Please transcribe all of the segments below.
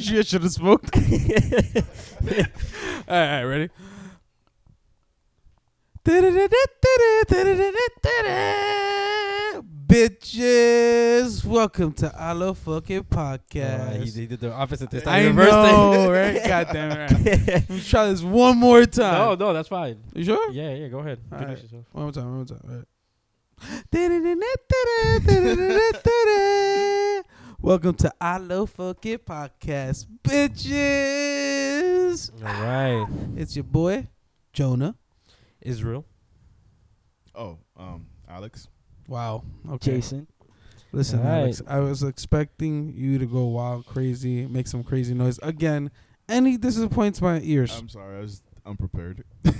Shit should have smoked. all right, all right, ready? Bitches, welcome to Allo Fucking Yeah, he, Podcast. he did the opposite this time. I reversed know, right? God damn it. All right. Let's try this one more it. time. No, no, that's fine. You sure? Yeah, yeah, go ahead. All Finish right. yourself. One more time, one more time. All right. Welcome to I Love Fuck It Podcast, bitches. All right. It's your boy, Jonah. Israel. Oh, um, Alex. Wow. Okay. Jason. Listen, All right. Alex, I was expecting you to go wild, crazy, make some crazy noise. Again, any disappoints my ears. Um, I'm sorry, I was unprepared.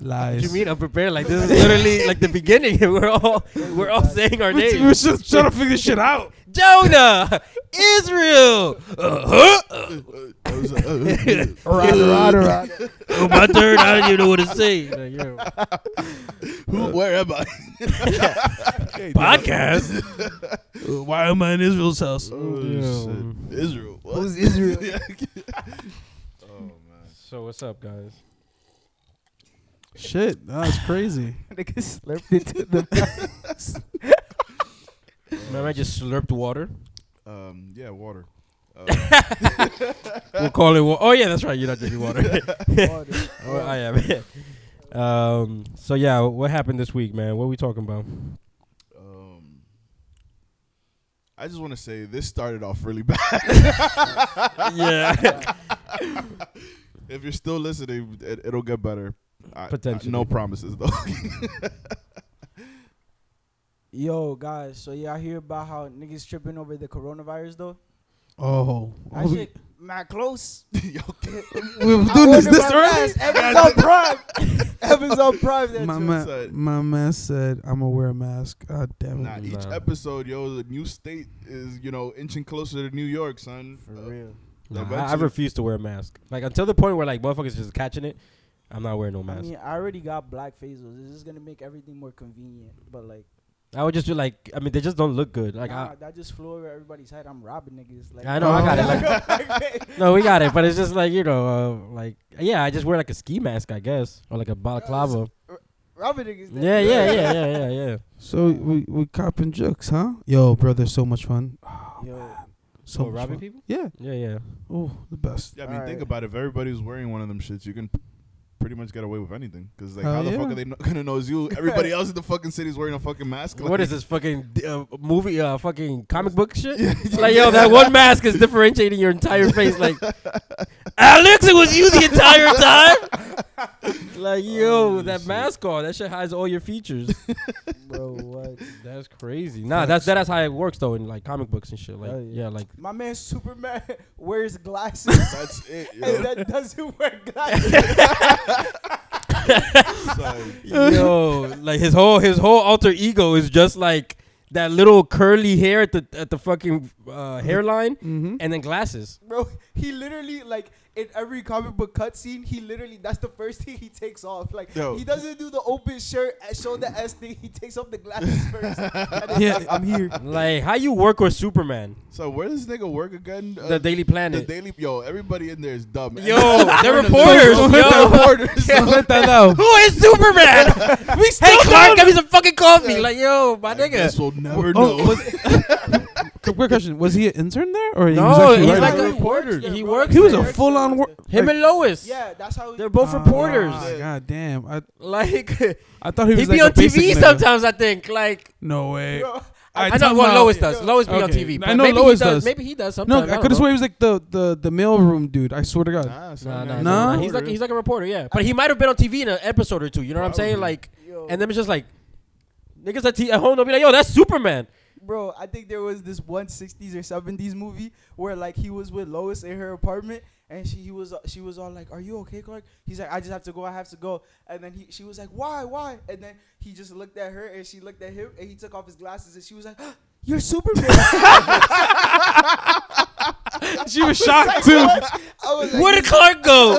Lies. What do you mean unprepared? Like this is literally like the beginning. We're all we're all saying our We- We're names. still trying to figure this shit out. Jonah, Israel, uh-huh. That was, uh, Oh, my turn. I don't even know what to say. Like, yo, who, where am I? podcast. Uh, Why am I in Israel's house? Oh, Yo. shit. Israel. What? Who's Israel? Yeah. oh, man. So what's up, guys? Shit, that's crazy. Nigga slurped into the Remember, I just slurped water. Um, yeah, water. Uh, We'll call it. Wa- oh yeah, that's right. You're not drinking water. water. Oh, I am. um. So yeah, what happened this week, man? What we talking about? um, I just want to say this started off really bad. yeah. if you're still listening, it, it'll get better. I, I- Potentially. no promises, though. Yo, guys, so y'all hear about how niggas tripping over the coronavirus, though? Oh, That Oh, we- shit, man, close. Yo, we was I doing this ordered this my early. mask. Amazon Prime. Amazon Prime. That My shit. man, said- my man said, "I'm gonna wear a mask." God damn it! nah, each Nah. episode, yo, the new state is, you know, inching closer to New York, son. For Uh, real. Nah, I, I Eventually- refuse to wear a mask. Like until the point where like motherfuckers just catching it, I'm not wearing no I mask. mean, I already got black phasers. It's just gonna make everything more convenient. But like, I would just be like, I mean, they just don't look good. Like, nah, that just flew over everybody's head. I'm robbing niggas. Like, I, I know I got it. Oh. Like, no, we got it, but it's just like you know, uh, like yeah, I just wear like a ski mask, I guess, or like a balaclava. robbing niggas. then. Yeah, yeah, yeah, yeah, yeah, yeah. So we we copping jokes, huh? Yo, brother, so much fun. Yo, So much robbing fun. people? Yeah. Yeah, yeah. Oh, the best. Yeah, I mean, think Alright. about it. If everybody's wearing one of them shits, you can p- pretty much get away with anything. Because, like, Hell how the yeah. fuck are they not gonna know it's you? Everybody else in the fucking city is wearing a fucking mask. What is this fucking uh, movie? Uh, fucking comic book shit. like yo, that one mask is differentiating your entire face. Like, Alex, it was you the entire time. like yo, that mask on, that shit hides all your features. bro, what? that's crazy. Nah, that's that's how it works though in like comic books and shit. Like, Oh, yeah. yeah. like My man Superman wears glasses. That's it. and Yo. that doesn't wear glasses. Sorry. yo, like his whole his whole alter ego is just like that little curly hair at the at the fucking uh, hairline, Mm-hmm. and then glasses. Bro, he literally like in every comic book cutscene, he literally that's the first thing he takes off. Like Yo. he doesn't do the open shirt and show the S thing. He takes off the glasses first. And then- Yeah, I'm here. like how you work with Superman, So where does this nigga work again? Uh, the Daily the Planet. daily. Yo, everybody in there is dumb. Yo, they're reporters. Don't let the Yo, reporters. Yeah. know. Let that out. who is Superman? we hey Clark, give me some fucking coffee. Like yo, my Like, This nigga. will never Oh, know. was- quick question: Was he an intern there, or he No, was actually writing? he's like a works reporter. there, He bro. works he was there. a full-on work. Him and Lois. yeah, that's how They're both reporters. Oh, God damn, I Like he'd I thought he was be like on a basic TV nigga. sometimes. I think like. No way. Bro, I, Alright, know time what out. Lois does. Lois be on Okay. TV. I but know maybe Lois he does. does. Maybe he does sometimes. No, I I could have sworn he was like the the the mailroom dude. I swear to God. Nah, son, No, no, man. Nah? no. He's like he's like a reporter, yeah. But he might have been on TV in an episode or two. You know what I'm saying? Probably. Like, Yo, and then it's just like niggas at, t- at home. They'll be like, "Yo, that's Superman." bro, I think there was this one 60s or 70s movie where like he was with Lois in her apartment and she he was she was all like, "Are you okay, Clark?" He's like, "I just have to go. I have to go." And then he she was like, "Why? Why?" And then he just looked at her and she looked at him and he took off his glasses and she was like, "Oh, "You're Superman." She was shocked too. I I was like, Where did Clark go?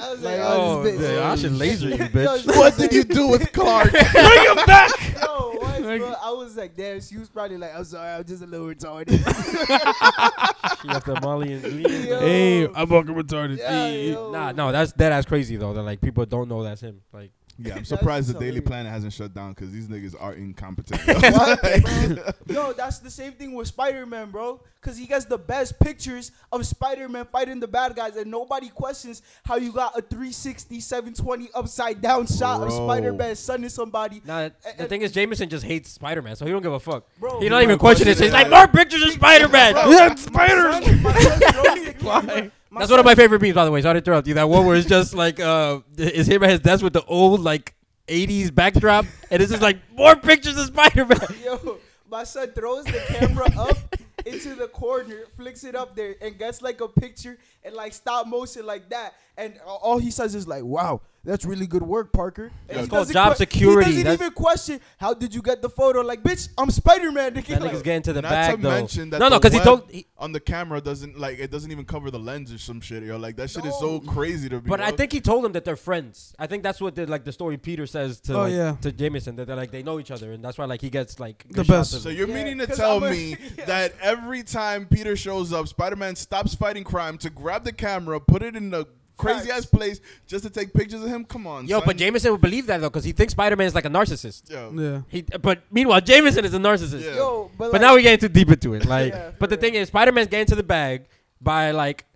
I was like, Like, oh, oh, this bitch. yeah, I should laser you, bitch. Yo, What did you do with Clark? Bring him back. Yo, what, Like- bro? I was like, damn, she was probably like, I'm sorry, I'm just a little retarded. She left the Molly and Julian. Yo. Hey, I'm fucking retarded. Yeah, Hey. yo. Nah, no, that's that ass crazy though. That like people don't know that's him. Like Yeah, I'm That's surprised the Daily hilarious. Planet hasn't shut down because these niggas are incompetent. What, bro? Yo, that's the same thing with Spider Man, bro. Cause he gets the best pictures of Spider Man fighting the bad guys, and nobody questions how you got a 360, 720 upside down shot of Bro. Spider Man sunning somebody. Nah, Eh, the eh. thing is, Jameson just hates Spider Man, so he don't give a fuck. Bro, he he don't don't even question it. question So he's like, it. more pictures of Spider Man. Bro, Yeah, my spiders. son- my son throws the camera- my That's one of son- my favorite memes, by the way. Sorry to interrupt you. That one where it's just like, uh, is him at his desk with the old like '80s backdrop, and it's just like more pictures of Spider Man. Yo, my son throws the camera up into the corner, flicks it up there, and gets like a picture and like stop motion like that. And a- all he says is like, "Wow, that's really good work, Parker." And That's he called doesn't job security. He doesn't That's- even question how did you get the photo. Like, bitch, I'm Spider Man. That nigga's getting to the Not bag to though. mention that no, no, the because he web- told. He, On the camera doesn't like it doesn't even cover the lens or some shit. Yo, like that shit is so No. crazy to me. but I bro. think he told him that they're friends. I think that's what the, like the story Peter says to Oh, like, yeah. to Jameson that they're like they know each other, and that's why like he gets like The good shots best. of So him. you're Yeah, meaning to 'cause tell I'm a- me yeah. that every time Peter shows up, Spider-Man stops fighting crime to grab the camera, put it in the crazy ass Facts. place just to take pictures of him? Come on, Yo, son. but Jameson would believe that though, because he thinks Spider Man is like a narcissist. Yo. Yeah. He, but meanwhile, Jameson is a narcissist. Yeah. Yo, but, But like, now we're getting too deep into it. Like, Yeah, for but the real. thing is, Spider Man's getting to the bag by like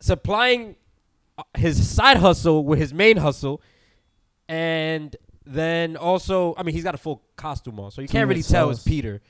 supplying uh, his side hustle with his main hustle, and then also, I mean, he's got a full costume on, so you Too can't really much tell it's sauce. Peter.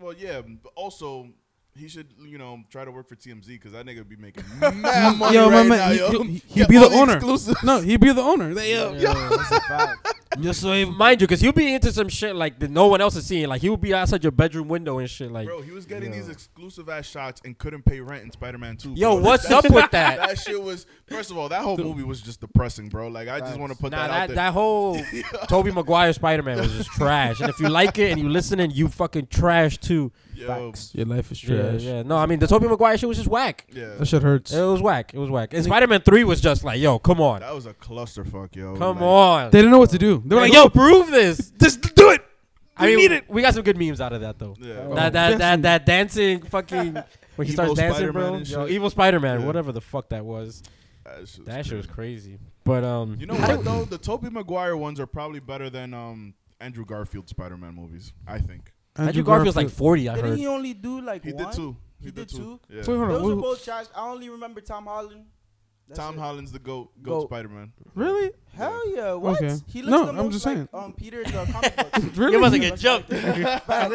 Well, yeah. But also, he should you know try to work for TMZ because that nigga be making mad money Yo, my right man, now. he- Yo, he- he Get be the all owner. exclusive. No, he'd be the owner. They, yo, that's a fact. yo, so Mind you, because he'll be into some shit like that no one else is seeing. Like he would be outside your bedroom window and shit. Like, Bro, he was getting Yeah. these exclusive ass shots and couldn't pay rent in Spider Man 2. yo, bro. what's That up shit- with that? That shit was, first of all, that whole movie was just depressing, bro. Like, I just Facts. want to put Nah, that, out that, there. that whole Toby Maguire Spider Man was just trash. And if you like it and you listening, you fucking trash too. Yo, Your life is Yeah, trash. yeah. No, I mean the Toby Maguire shit was just whack. yeah. That shit hurts. It was whack. It was whack. And Spider Man Three was just like, yo, come on, That was a clusterfuck, yo. come Like, on. They didn't know what to do. They were Like, like, yo, yo, prove this. just do it. I We mean, need it. we got some good memes out of that though. Yeah. Oh. That that that Dancing. that dancing fucking when he Evil starts dancing, Spider-Man bro. and Yo, shit. evil Spider Man, Yeah. whatever the fuck that was. That shit was, That shit was crazy. crazy. But um, You know what though? The Tobey Maguire ones are probably better than um Andrew Garfield Spider-Man movies. I think Andrew Garfield's like forty. I Didn't heard. he only do like he one? did too. He did two? Yeah. Wait, hold on. Those Who- are both trash. I only remember Tom Holland. That's Tom it. Holland's the goat. Goat Goat. Spider-Man. really? Hell yeah! What? Okay. He looks No, the I'm most just like saying. um Peter in the comic books. Really? You're about to He- get jumped. Facts.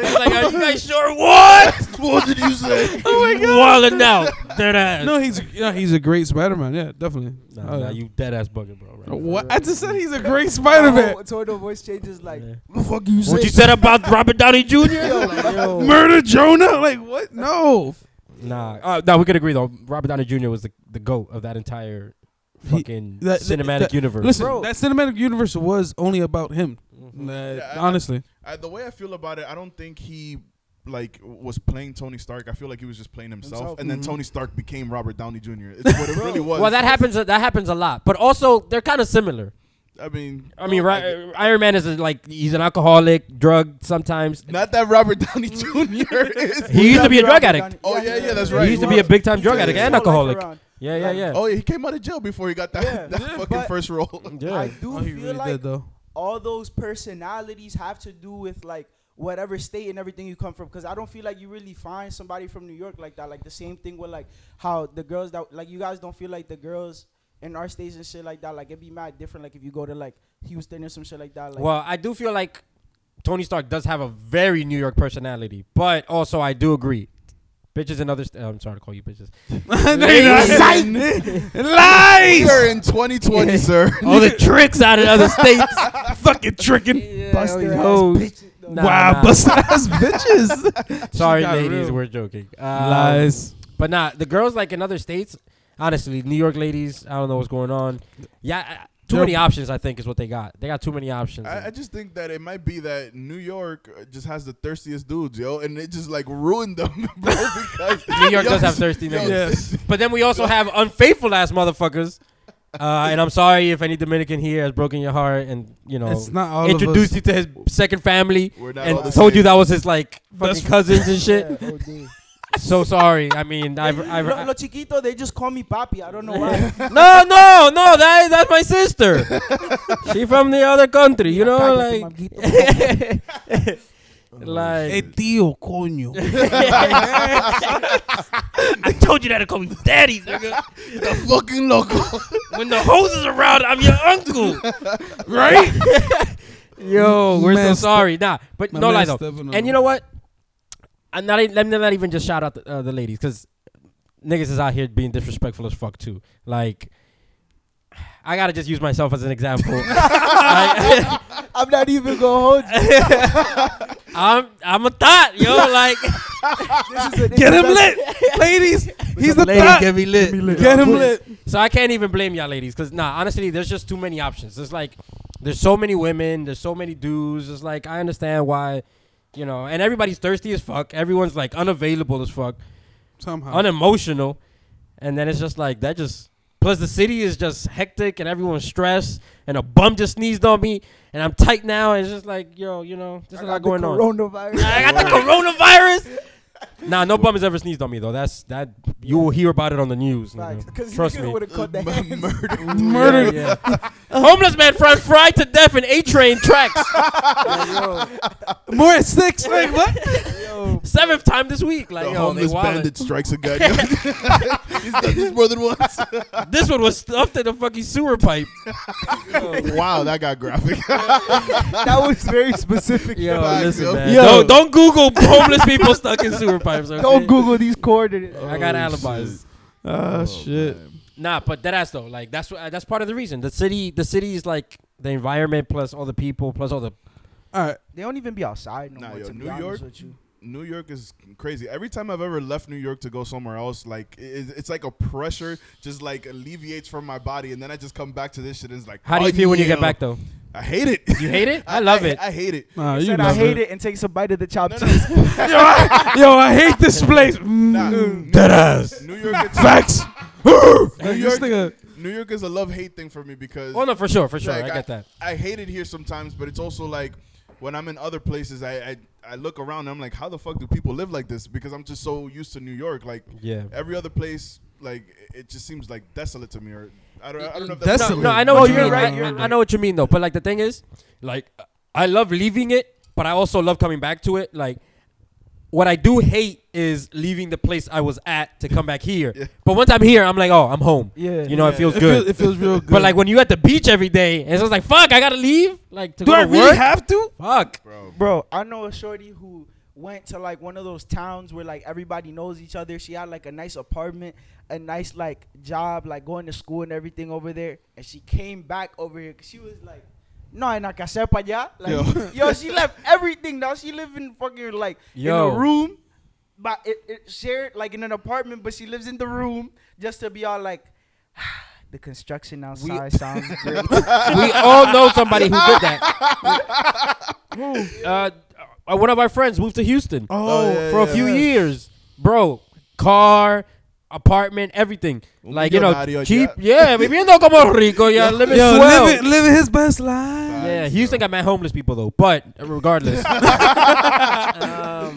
He's like, are you guys sure what? what did you say? oh my god! Wilding out. Dead ass. No, he's yeah, he's a great Spider-Man. Yeah, definitely. Nah, Oh, nah, yeah. you dead ass bugging, bro. Right What? I just said he's a great Spider-Man. Oh, Total voice changes like, Yeah. what the fuck you What say? you said about Robert Downey Jr. Murder Jonah? Like what? No. Nah, uh, no, we could agree though. Robert Downey Jr. was the, the goat of that entire He- fucking that- that- cinematic that- universe. Listen, Bro. that cinematic universe was only about him. Nah, Yeah, I- honestly, I, the way I feel about it, I don't think he like was playing Tony Stark. I feel like he was just playing himself, Himself. Mm-hmm. and then Mhm. Tony Stark became Robert Downey Jr. It's what it really was. well, that happens. That happens a lot, but also they're kind of similar. I mean, I mean, uh, Ri- Iron Man is a, like he's an alcoholic, drug sometimes. not that Robert Downey Jr. is. He used to be a drug Robert addict. Downey- Oh, yeah, yeah, that's right. He used to He be a was. big time drug Yeah, addict yeah, and yeah. alcoholic. Life around. Yeah, yeah, yeah. Oh, yeah, he came out of jail before he got that, Yeah. that Yeah, fucking but- first role. I yeah. do Oh, he feel really like did though. all those personalities have to do with like whatever state and everything you come from. Because I don't feel like you really find somebody from New York like that. Like the same thing with like how the girls that like you guys don't feel like the girls in our states and shit like that. Like it'd be mad different. Like if you go to like Houston or some shit like that. Like Well, I do feel like Tony Stark does have a very New York personality, but also I do agree. Bitches and others. St- oh, I'm sorry to call you bitches. We Lies. are in 2020, sir. All the tricks out of other states. Fucking tricking. Bust all their these ass hoes. bitch- No. Nah, wow, nah. bust ass bitches. Sorry, got ladies, real. we're joking. Um, Lies. But nah, the girls like in other states, honestly, New York ladies, I don't know what's going on. Yeah, I- Too They're- many options, I think, is what they got. They got too many options. I, I just think that it might be that New York uh, just has the thirstiest dudes, yo, and it just like ruined them, bro. Because New York yo, does have thirsty yo, niggas. Yes. But then we also have unfaithful ass motherfuckers. Uh, and I'm sorry if any Dominican here has broken your heart and you know It's not all introduced of us. you to his second family We're not and all the told same. you that was his like fucking Best cousins and shit. Yeah, OD. so sorry. I mean, I've, I've lo, lo chiquito, they just call me papi. I don't know why. no, no, no. That is, that's my sister. she from the other country. You know, Cállate, like manguito. Hey, like. tío, coño. I told you that to call me daddy, nigga. the fucking local. When the hose is around, I'm your uncle, right? Yo, we're so Messed sorry. Nah, but My no lie man's though. stepping on And you him. know what? I'm not. e- Let me not even just shout out the, uh, the ladies because niggas is out here being disrespectful as fuck too. Like, I gotta just use myself as an example. I, I'm not even gonna hold you. I'm I'm a thought, yo. Like, This is an Get him introduction. lit, ladies. He's the ladies thought. get me lit. Get him lit. So I can't even blame y'all ladies, cause nah, honestly, there's just too many options. There's like, there's so many women, there's so many dudes. It's like I understand why, you know, and everybody's thirsty as fuck. Everyone's like unavailable as fuck, Somehow. unemotional, and then it's just like that. Just plus the city is just hectic and everyone's stressed, and a bum just sneezed on me, and I'm tight now. And it's just like, yo, you know, there's a lot going on. Coronavirus. I got the coronavirus. Nah, no bum has ever sneezed on me though. That's that you will hear about it on the news. nigga. Because Mm-hmm. Trust me. would have cut the hands. Murder. Murder. Yeah, yeah. Homeless man fries fried to death in A train tracks. More at six. Like, what? Yo, Seventh time this week. Like, The yo, they homeless wildin'. bandit strikes a gun. yo. He's done this more than once. This one was stuffed in a fucking sewer pipe. wow, that got graphic. Oh, that was very specific. Yo, Facts, listen, yo. man. Yo. Don't, don't Google homeless people stuck in sewer pipes. okay? Don't Google these coordinates. I got alibis. Oh, shit. Nah, but that ass though. Like that's what, that's part of the reason. The city, the city is like the environment plus all the people plus all the All right. They don't even be outside no Nah, more. yo, to be New honest York- with you. New York is crazy. Every time I've ever left New York to go somewhere else, like it, it's like a pressure just like alleviates from my body, and then I just come back to this shit. and It's like, How do you oh, feel when you get yeah. back though? I hate it. You hate it? I love it. I, hate it. Nah, He you said I love hate it. it and takes a bite of the chopped No, cheese. yo, I, yo, I hate this place. Nah, Mm. New- Dead ass. New York, it's, Facts. New This York, nigga. New York is a love hate thing for me because Oh no, for sure, for sure. Like, I get that. I hate it here sometimes, but it's also like when I'm in other places, I, I I look around and I'm like, how the fuck do people live like this? Because I'm just so used to New York. Like Yeah. every other place, like it- it just seems like desolate to me. Or I don't, I don't know if That's that's No, Desolate. no, I know No, what you you're mean. right, I- you're I, right. know what you mean though. But like the thing is, like I love leaving it, but I also love coming back to it. Like what I do hate is leaving the place I was at to come back here. Yeah. But once I'm here, I'm like, oh, I'm home. Yeah. You know, it Yeah. feels It, good. Feels, it feels real good. but like when you at the beach every day, and it's just like, fuck, I gotta leave. Like to do go I to really work. have to? fuck. bro. Bro, I know a shorty who went to like one of those towns where like everybody knows each other. She had like a nice apartment, a nice like job, like going to school and everything over there. And she came back over here 'cause she was like, no, en la casa pa' allá." Like, yo. she left everything. Now she live in fucking like Yo. in a room, but it, it shared like in an apartment, but she lives in the room just to be all like, the construction outside sounds great. we all know somebody who did that. uh, uh, one of our friends moved to Houston. Oh, yeah, for a yeah, few yeah. years, bro. Car, apartment, everything. Un like you know, millonario cheap. ya. Yeah, viviendo como rico. Yeah, living Yo, swell. living, living his best life. yeah, Houston got mad homeless people though. But regardless, um,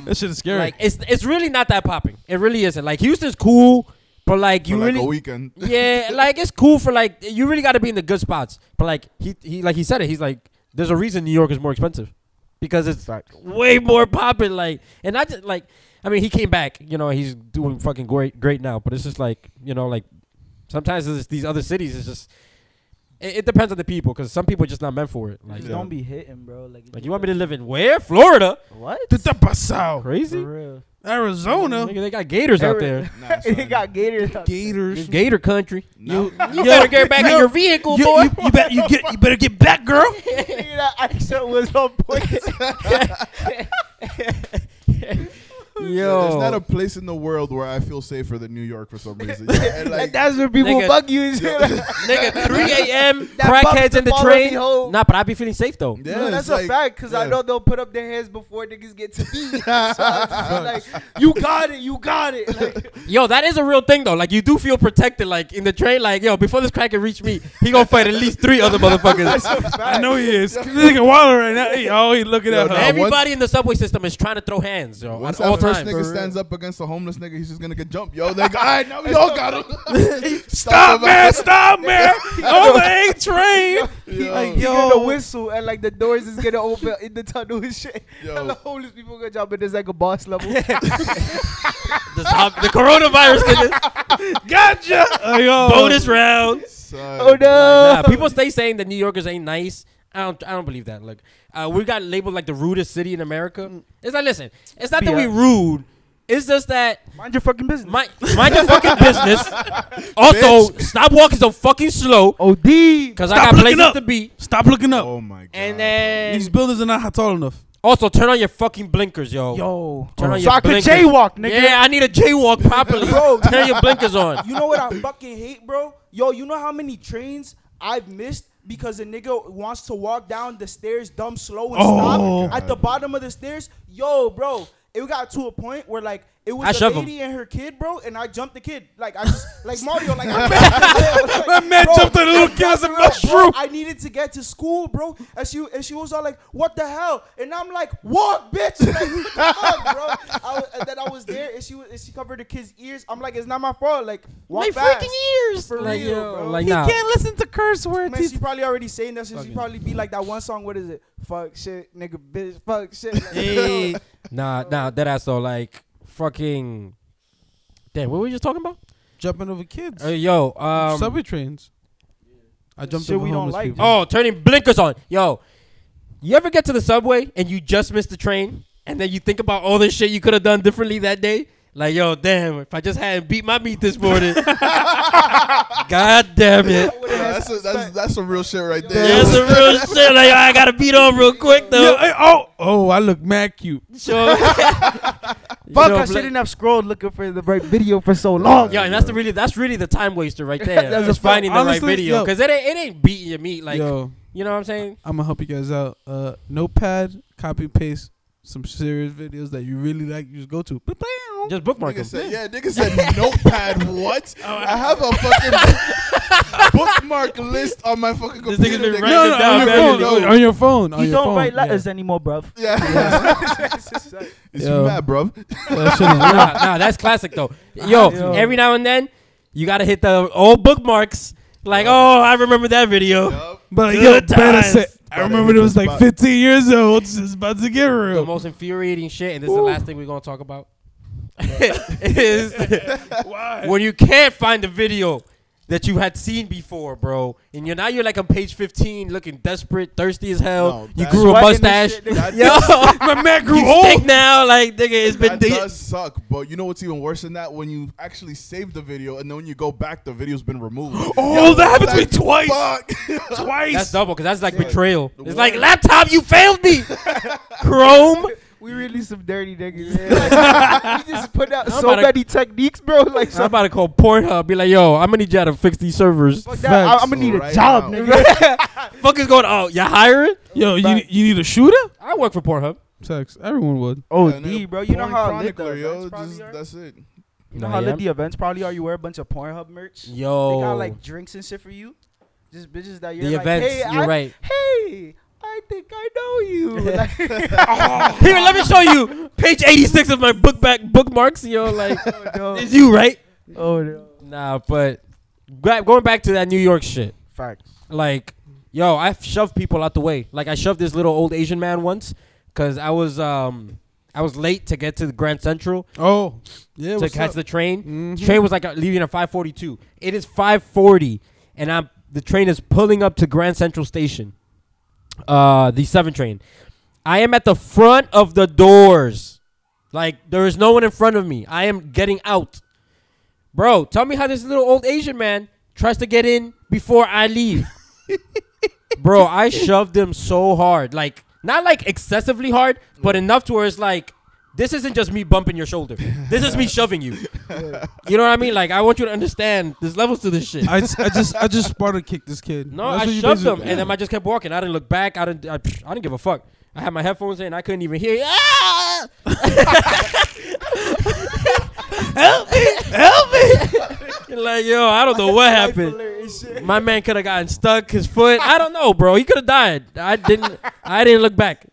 That shit is scary. like it's it's really not that popping. It really isn't. Like Houston's cool, but like For you like really a weekend. yeah, like it's cool for like you really got to be in the good spots. But like he he like he said it. He's like, there's a reason New York is more expensive because it's way more popping. Like, and I just like, I mean, he came back. You know, he's doing fucking great great now. But it's just like you know, like sometimes it's these other cities. It's just it, it depends on the people because some people are just not meant for it. Like, Just Yeah. don't be hitting, bro. Like, like you want me to live in where Florida? What? Tita pasao. For Crazy. real. Arizona. Nigga, they got gators out Every- there. Nah, he son. got gators. out Gators. Gator country. Nah. You better get back in yo, your vehicle, You, boy. you, you, bet, you, get, you better get back, girl. there. Nigga, that accent was on point. Yo. There's not a place in the world where I feel safer than New York for some reason. Yeah, and, Like, like, that's where people Nigga. bug you. and shit. Nigga, 3 a.m. That crackheads bump in the follow train. me home. Nah, but I be feeling safe though. yeah, no, it's that's a like- fact because I yeah. know they'll put up their hands before niggas get to me. so I just be like, you got it, you got it. Like, Yo, that is a real thing though. Like you do feel protected. Like in the train, like yo, before this crackhead reach me, he gonna fight at least three other motherfuckers. I know he is. This nigga Waller right now. Hey, oh, he looking Yo, at no, her. Every- Everybody in the subway system is trying to throw hands, yo. Once at all that first times. nigga stands up against a homeless nigga, he's just gonna get jumped. Yo, they got, all right, now we all got him. Stop, man. Stop, man. On the eighth Oh, train. He Yo. like, you get the yo. whistle and like the doors is gonna open in the tunnel and shit. Yo. And the homeless people gonna jump in. There's like a boss level. Oh, the, zombie- the coronavirus did it. Gotcha. Uh, yo. bonus round. Son. oh no! Nah, people stay saying that New Yorkers ain't nice. I don't, I don't believe that. Look, uh, we got labeled like the rudest city in America. It's like, listen, it's not that we Yeah. rude. It's just that Mind your fucking business. mind, mind your fucking business. Also, stop walking so fucking slow OD. because I Stop got looking places up. to be. Stop looking up. Oh my god. And These then buildings are not tall enough. Oh. also turn on your fucking blinkers, yo. Yo. Turn on so your I could blinkers. jaywalk, nigga. Yeah, I need a jaywalk properly. Bro. turn your blinkers on. You know what I fucking hate, bro? Yo, you know how many trains I've missed because a nigga wants to walk down the stairs dumb slow and Oh. stop at the bottom of the stairs? Yo, bro, it got to a point where like it I was a shove him. lady and her kid, bro, and I jumped the kid. Like I just like Mario, like I like, That man bro, jumped on the little I kid as a jumped her up, bro. mushroom. I needed to get to school, bro. And she and she was all like, "What the hell?" And I'm like, "Walk, bitch!" Like, fuck, bro. I was, and then I was there, and she was, and she covered the kid's ears. I'm like, "It's not my fault." Like, walk My fast. freaking ears. For like, real, yo, bro. like He nah. listen to curse words. Man, she probably already saying that, so she Fucking- probably be like that one song. What is it? Fuck shit, nigga, bitch, fuck shit. Like, Hey, nah, nah, that ass though, like fucking. Damn, what were we just talking about? Jumping over kids. Uh, yo, um, Subway trains. I jumped Shit over we don't homeless like. people. oh, turning blinkers on. Yo, you ever get to the subway and you just missed the train, and then you think about all the shit you could have done differently that day? Like, yo, damn, if I just hadn't beat my meat this morning, god damn it. I would've Yeah, had that's, a, some that's, respect. that's some real shit right there. That's some real shit. Like, I gotta beat on real quick though. Yeah, hey, oh, oh, I look mad cute. So, Fuck, Yo, I bl- shouldn't have scrolled looking for the right video for so long. Yeah, and that's the really that's really the time waster right there. That's that's a just fact. finding the Honestly, right video yo. because it ain't it ain't beating your meat like Yo, you know what I'm saying. I'm gonna help you guys out. Uh, notepad, copy paste some serious videos that you really like. You just go to. Blah, blah. Just bookmark Nigga them. said, yeah, nigga said notepad. What? I have a fucking bookmark list on my fucking This nigga's computer. been nigga. Write it No, no, down, on your man. phone. no, On your phone. on You your don't phone. write letters anymore, bruv. Yeah, it's Yo. mad, bro. Yeah. That shit is- nah, nah, that's classic though. Yo, Yo. every now and then you gotta hit the old bookmarks. Like, oh, I remember that video. but Good yo, better times. say. I remember it was like 15 years old. It's just about to get The real. most infuriating shit, and this is the last thing we're gonna talk about. is when you can't find the video that you had seen before, bro, and you're now you're like on page 15, looking desperate, thirsty as hell. No, you that- grew a Swagging mustache. this shit, nigga. That, Yo, My man grew you old. stink now. Like, nigga, it's been. that di- does suck, but you know what's even worse than that? When you actually save the video and then when you go back, the video's been removed. Oh, Yo, that happened to me like, twice. Fuck. Twice. that's double because that's like Yeah. betrayal. The It's war- like laptop, you failed me. Chrome, We really some dirty niggas. Like, we just put out I'm so about to- many techniques, bro. Like so I'm so about to call Pornhub. Be like, yo, I'm gonna need y'all to fix these servers. Fuck that. I, Facts. am gonna need a Right job, now. nigga. Fuck is going on? You hiring? Yo, you, you need a shooter? I work for Pornhub. Sex. Everyone would. oh, Yeah, nigga, D, bro. You know porn how lit the chronicler, yo, events just, probably are. that's it. You know Nah, how yeah. lit the events probably are. You wear a bunch of Pornhub merch. Yo, They got like drinks and shit for you. Just bitches that you're the like, events. hey, you're I, right. hey, I think I know you. Like, Here, let me show you page 86 of my book back bookmarks. Yo, like, oh, no. it's you, right? oh no. Nah, but gra- going back to that New York shit. Facts. like yo i've shoved people out the way like i shoved this little old asian man once because i was um i was late to get to the grand central Oh, yeah. to what's catch up? the train Mhm. train was like uh, leaving at 542 it is 540 and i'm the train is pulling up to grand central station uh the 7 train i am at the front of the doors like there is no one in front of me i am getting out bro tell me how this little old asian man tries to get in before i leave bro i shoved him so hard like not like excessively hard but enough to where it's like This isn't just me bumping your shoulder. This is me shoving you. You know what I mean? Like I want you to understand. There's levels to this shit. I, s- I just I just Sparta kicked this kid. No, That's I what you shoved him, basically- and then I just kept walking. I didn't look back. I didn't. I, psh, I didn't give a fuck. I had my headphones in. I couldn't even hear. you. Ah! help me! Help me! like yo, I don't know what happened. My man could have gotten stuck. His foot. I don't know, bro. He could have died. I didn't. I didn't look back.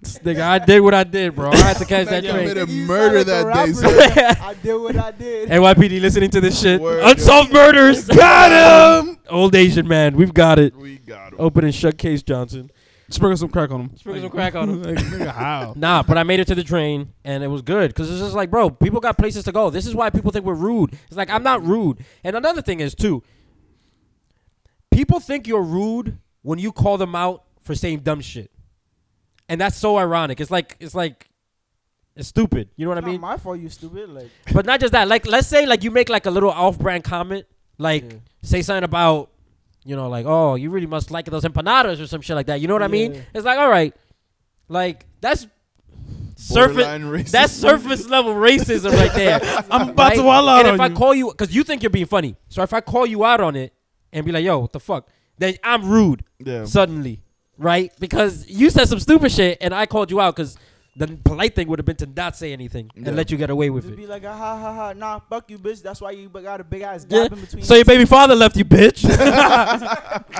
This Nigga, I did what I did, bro. I had to catch that Nigga made train. a murder that day, I did what I did. NYPD listening to this shit. Word. Unsolved murders. Got him. Old Asian man. We've got it. We got Oh, him. Open and shut case, Johnson. Sprinkle some crack on him. Sprinkle some crack on him. Like, nigga, how? Nah, but I made it to the train and it was good because it's just like, bro, people got places to go. This is why people think we're rude. It's like I'm not rude. And another thing is too, people think you're rude when you call them out for saying dumb shit, and that's so ironic. It's like it's like it's stupid. You know what I Not mean? my fault, you stupid. Like, But not just that. Like let's say like you make like a little off-brand comment, like Yeah. say something about, you know, like oh you really must like those empanadas or some shit like that. You know what I mean? Yeah. It's like all right, like that's. Surface, Borderline racist. that's surface level racism right there. I'm about to wall out And if on I you. call you, because you think you're being funny, so if I call you out on it and be like, "Yo, what the fuck," then I'm rude yeah. suddenly, right? Because you said some stupid shit and I called you out. Because the polite thing would have been to not say anything Yeah. and let you get away with just it. be like, a, ha ha ha, nah, fuck you, bitch. That's why you b- got a big ass Yeah. gap in between. So your baby father left you, bitch.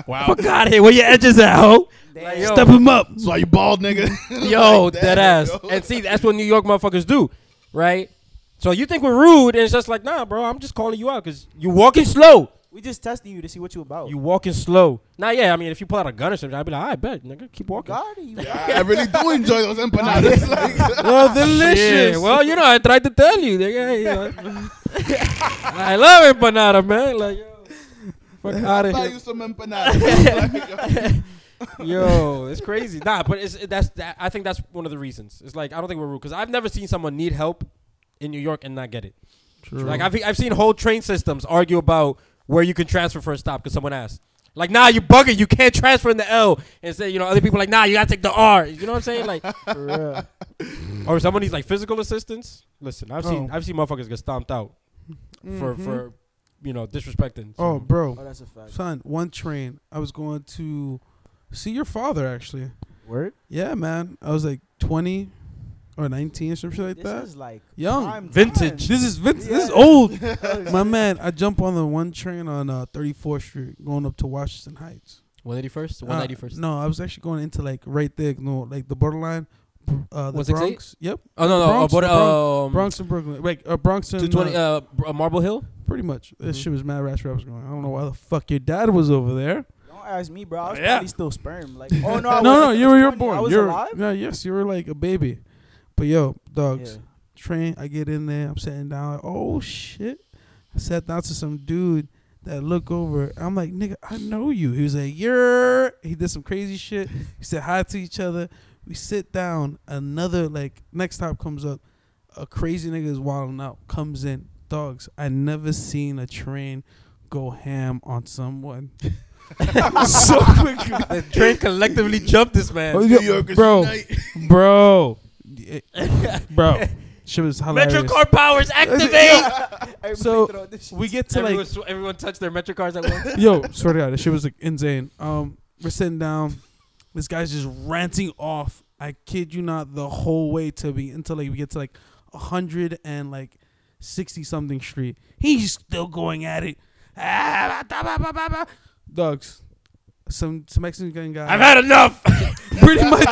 wow. Fuck out here. Where your edges at, hoe? Damn. yo. Step him up. That's why you bald, nigga. Yo, Like dead, ass. yo. And see, that's what New York motherfuckers do, right? So you think we're rude, and it's just like, nah, bro, I'm just calling you out because you walking slow. we just testing you to see what you about. You walking slow. Now, yeah, I mean, if you pull out a gun or something, I'd be like, I bet, nigga, keep walking. God, you I I really do enjoy those empanadas. like, Oh, delicious. Yeah, well, you know, I tried to tell you, nigga. Hey, uh, I love empanada, man. Like, yo, fuck out of buy here. you some empanadas. Yo, it's crazy. Nah, but it's that's that. I think that's one of the reasons. It's like I don't think we're rude because I've never seen someone need help in New York and not get it. True. Like I've I've seen whole train systems argue about where you can transfer for a stop because someone asked. Like, nah, you bugging. You can't transfer in the L. And say, you know, other people like, nah, you gotta take the R. You know what I'm saying? Like, for real. or someone needs like physical assistance. Listen, I've seen Oh. I've seen motherfuckers get stomped out for Mhm. for you know disrespecting. Oh, someone. Oh, bro, that's a fact. son, one train. I was going to see your father actually. Word. Yeah, man. I was like 20 or 19 or some shit like This that. is like Young. prime Vintage. time. This is Vince. This is Yeah. old. Oh, My shit. man, I jump on the one train on uh, 34th Street going up to Washington Heights. One eighty first, Uh, one ninety first. No, I was actually going into like right there, no, like the borderline. Uh, the 168? Bronx. Yep. Oh no no, Bronx, uh, but the um, Bronx and Brooklyn. Wait, uh, Bronx and two twenty uh, uh, Br- uh, Marble Hill. pretty much. This Mhm. shit was mad rash where I was going. I don't know why the fuck your dad was over there. Don't ask me, bro. I was Yeah. probably still sperm. Like, oh no, no, I no, wasn't. you were I you're was 20. born. I was you're alive. yeah, yes, you were like a baby. But yo, dogs, Yeah. train. I get in there. I'm sitting down. Like, oh shit! I sat down to some dude that look over. I'm like, nigga, I know you. He was like, you're. He did some crazy shit. He said hi to each other. We sit down. Another like next stop comes up. A crazy nigga is wilding out. Comes in. Dogs. I never seen a train go ham on someone so quickly. The train collectively jumped this Oh, man. yo, New Yorkers bro, unite. bro, bro. Shit was hilarious. Metrocard powers activate. Everybody So, throw this shit. We get to everyone, like, sw- everyone touched their Metrocards at once. yo, swear to God, this shit was like insane. Um, we're sitting down. This guy's just ranting off. I kid you not, the whole way to be until like we get to like a hundred and like sixty something street. He's still going at it. Ah, bah, bah, bah, bah, bah. Dogs. Some some Mexican guy. I've had enough. pretty much.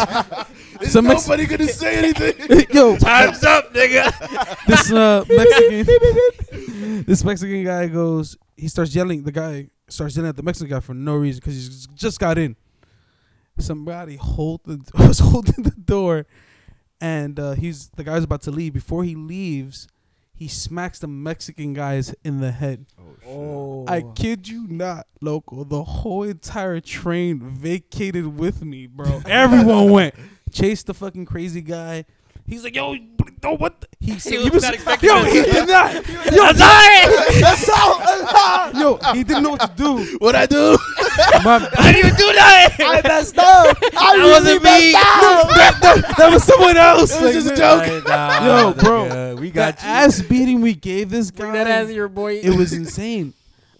Is Some Mex- nobody gonna say anything? yo, Time's up, nigga. this uh, Mexican, this Mexican guy goes. He starts yelling. The guy starts yelling at the Mexican guy for no reason because he's just got in. Somebody hold the was holding the door, and uh, he's the guy's about to leave. Before he leaves, he smacks the Mexican guys in the head. Oh, I kid you not, local. The whole entire train vacated with me, bro. Everyone went. Chased the fucking crazy guy. He's like, yo, no, what? The? He, said, was he was, not expecting yo, this. he did not. I'm sorry. Yo, he didn't know what to do. What I do? How do you do that? I messed up. I That wasn't really me. messed up. that was someone else. It Like, was just a man, joke. Like, nah, Yo, nigga, bro, we The got you. ass beating we gave this guy. Bring that ass in your boy. it was insane.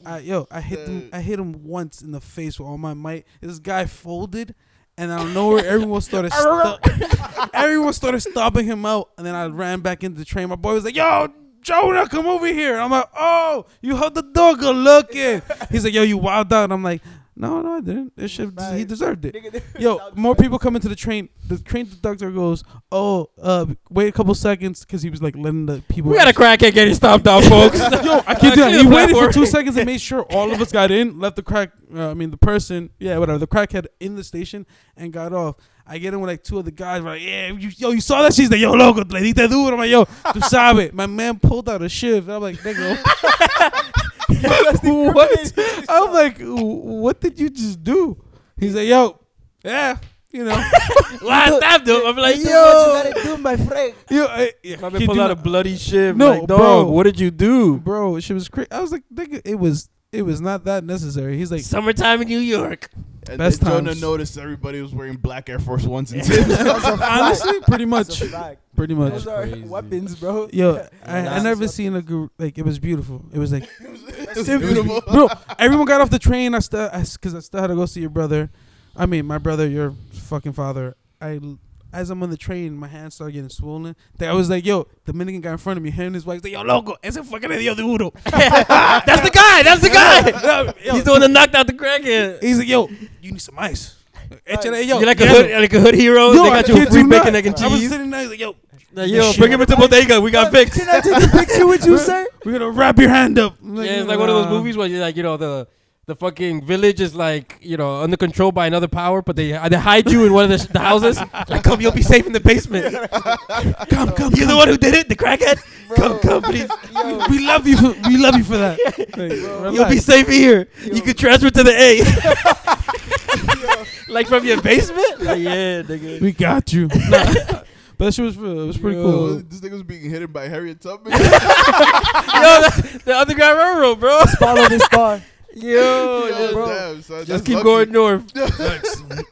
I, yo, I hit them. I hit him once in the face with all my might. This guy folded, and out of nowhere, everyone started. stu- everyone started stomping him out, and then I ran back into the train. My boy was like, "Yo, Jonah, come over here." I'm like, "Oh, you held the dog good looking." He's like, "Yo, you wild out." And I'm like, "No, no, I didn't. This shit, he Right. deserved it." Nigga, they- Yo, more people come into the train. The train conductor goes, "Oh, uh, wait a couple seconds," because he was like letting the people. we got a crackhead getting stomped out, folks. Yo, I can't do Uh, that. clear He the waited for platform. two seconds and made sure all of us got in, left the crack, uh, I mean, the person, yeah, whatever, the crackhead in the station and got off. I get in with like two of the guys, we're like, yeah, you, yo, you saw that? She's like, yo, loco, le diste duro. I'm like, yo, tú sabes. My man pulled out a shift. I'm like, nigga, what? I'm like, what did you just do? He's like, yo, yeah, you know. well, I stabbed him. I'm like, You know what yo. you gotta do, my friend. you, I, eh, yeah, My he man pulled do out a not- bloody shiv. No, like, dog, bro. what did you do? Bro, she was crazy. I was like, nigga, it was, it was not that necessary. He's like, Summertime in New York. And Best then Jonah times. noticed everybody was wearing black Air Force Ones and Tims. honestly, pretty much, That's a fact. pretty much. Those are crazy. weapons, bro. Yo, I, I Nah. never seen a group like it was beautiful. It was like, It was beautiful. bro, everyone got off the train. I still, because I, still had to go see your brother. I mean, my brother, your fucking father. I, l- as I'm on the train, my hands start getting swollen. They, I was like, yo, Dominican guy in front of me, him and his wife's like, yo, loco, ese fucking idiota de uno. That's the guy. That's the guy. Yo, He's the one that knocked out the crackhead. he's like, yo, you need some ice. Échale, yo, You're like a yeah. hood, like a hood hero. Yo, they I got you a kid free you bacon, not. egg, and I was cheese. sitting there, he's like, yo, Like, yo, shit. bring him into Bodega. We got fixed. Can I take a picture with you, sir? we're gonna wrap your hand up. I'm yeah, it's like one of those "Nah." movies where you're like, you know, the the fucking village is like, you know, under control by another power, but they they hide you in one of the, sh- the houses. Like, come, you'll be safe in the basement. come, come, you're the one who did it, the crackhead. Come, come, please. Yo, We love you. For, we love you for that. Like, You'll be relax. safe here. Yo. You can transfer to the A. like from your basement? Like, yeah, nigga. we got you. but that shit was real. it was pretty cool. this nigga was being hidden by Harriet Tubman. Yo, the, the underground railroad, bro. follow this star. Yo, Yo, just, damn, son, just that's keep lucky. going north.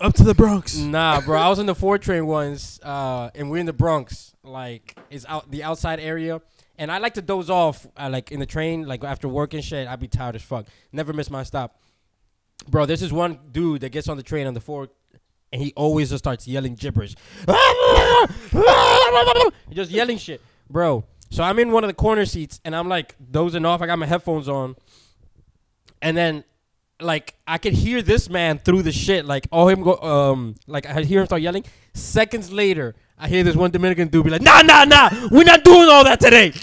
Up to the Bronx. Nah, bro. I was on the four train once, uh, and we're in the Bronx. Like, it's out the outside area, and I like to doze off, uh, like in the train, like after work and shit. I'd be tired as fuck. Never miss my stop, bro. This is one dude that gets on the train on the four, and he always just starts yelling gibberish, just yelling shit, bro. So I'm in one of the corner seats, and I'm like dozing off. I got my headphones on, and then like I could hear this man through the shit. Like all him go, um, like I hear him start yelling. Seconds later, I hear this one Dominican dude be like, "Nah, nah, nah, we're not doing all that today.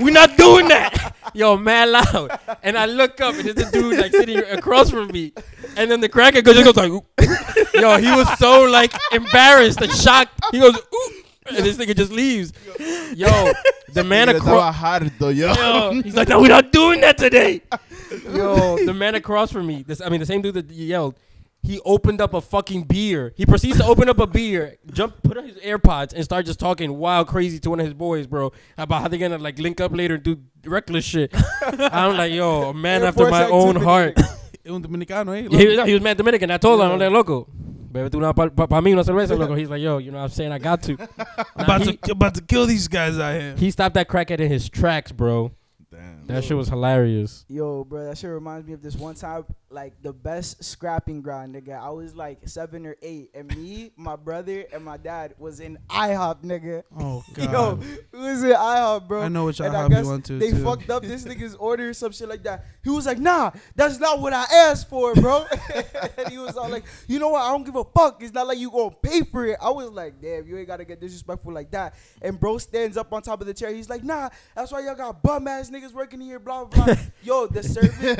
we're not doing that." Yo, mad loud. And I look up, and there's a dude like sitting across from me. And then the cracker goes, just goes like, "Oop." "Yo, he was so like embarrassed and shocked. He goes, Oop. and this nigga just leaves. Yo, the man Nigga, across." estaba harto, yo. Yo, he's like, no, we're not doing that today. Yo, the man across from me, this I mean, the same dude that yelled, he opened up a fucking beer. He proceeds to open up a beer, jump, put on his AirPods, and start just talking wild, crazy to one of his boys, bro, about how they're gonna like link up later and do reckless shit. I'm like, yo, a man Air after Force my own activity. heart. Un dominicano, eh? He, was- he was mad Dominican. I told him, I'm like, loco. Bebe una pa, pa, pa mí una cerveza, loco. He's like, yo, you know what I'm saying? I got to. Nah, about, he, to, about to kill these guys out here. he stopped that crackhead in his tracks, bro. Damn. That shit was hilarious. Yo, bro, that shit reminds me of this one time, like the best scrapping ground, nigga. I was like seven or eight, and me, my brother, and my dad was in IHOP, nigga. Oh god. Yo, it was in IHOP, bro. I know which And I IHOP you guess want to, They too. fucked up this nigga's order, some shit like that. He was like, nah, that's not what I asked for, bro. and he was all like, you know what? I don't give a fuck. It's not like you gonna pay for it. I was like, damn, you ain't gotta get disrespectful like that. And bro stands up on top of the chair. He's like, nah, that's why y'all got bum ass niggas working here, blah, blah, blah. Yo, the servant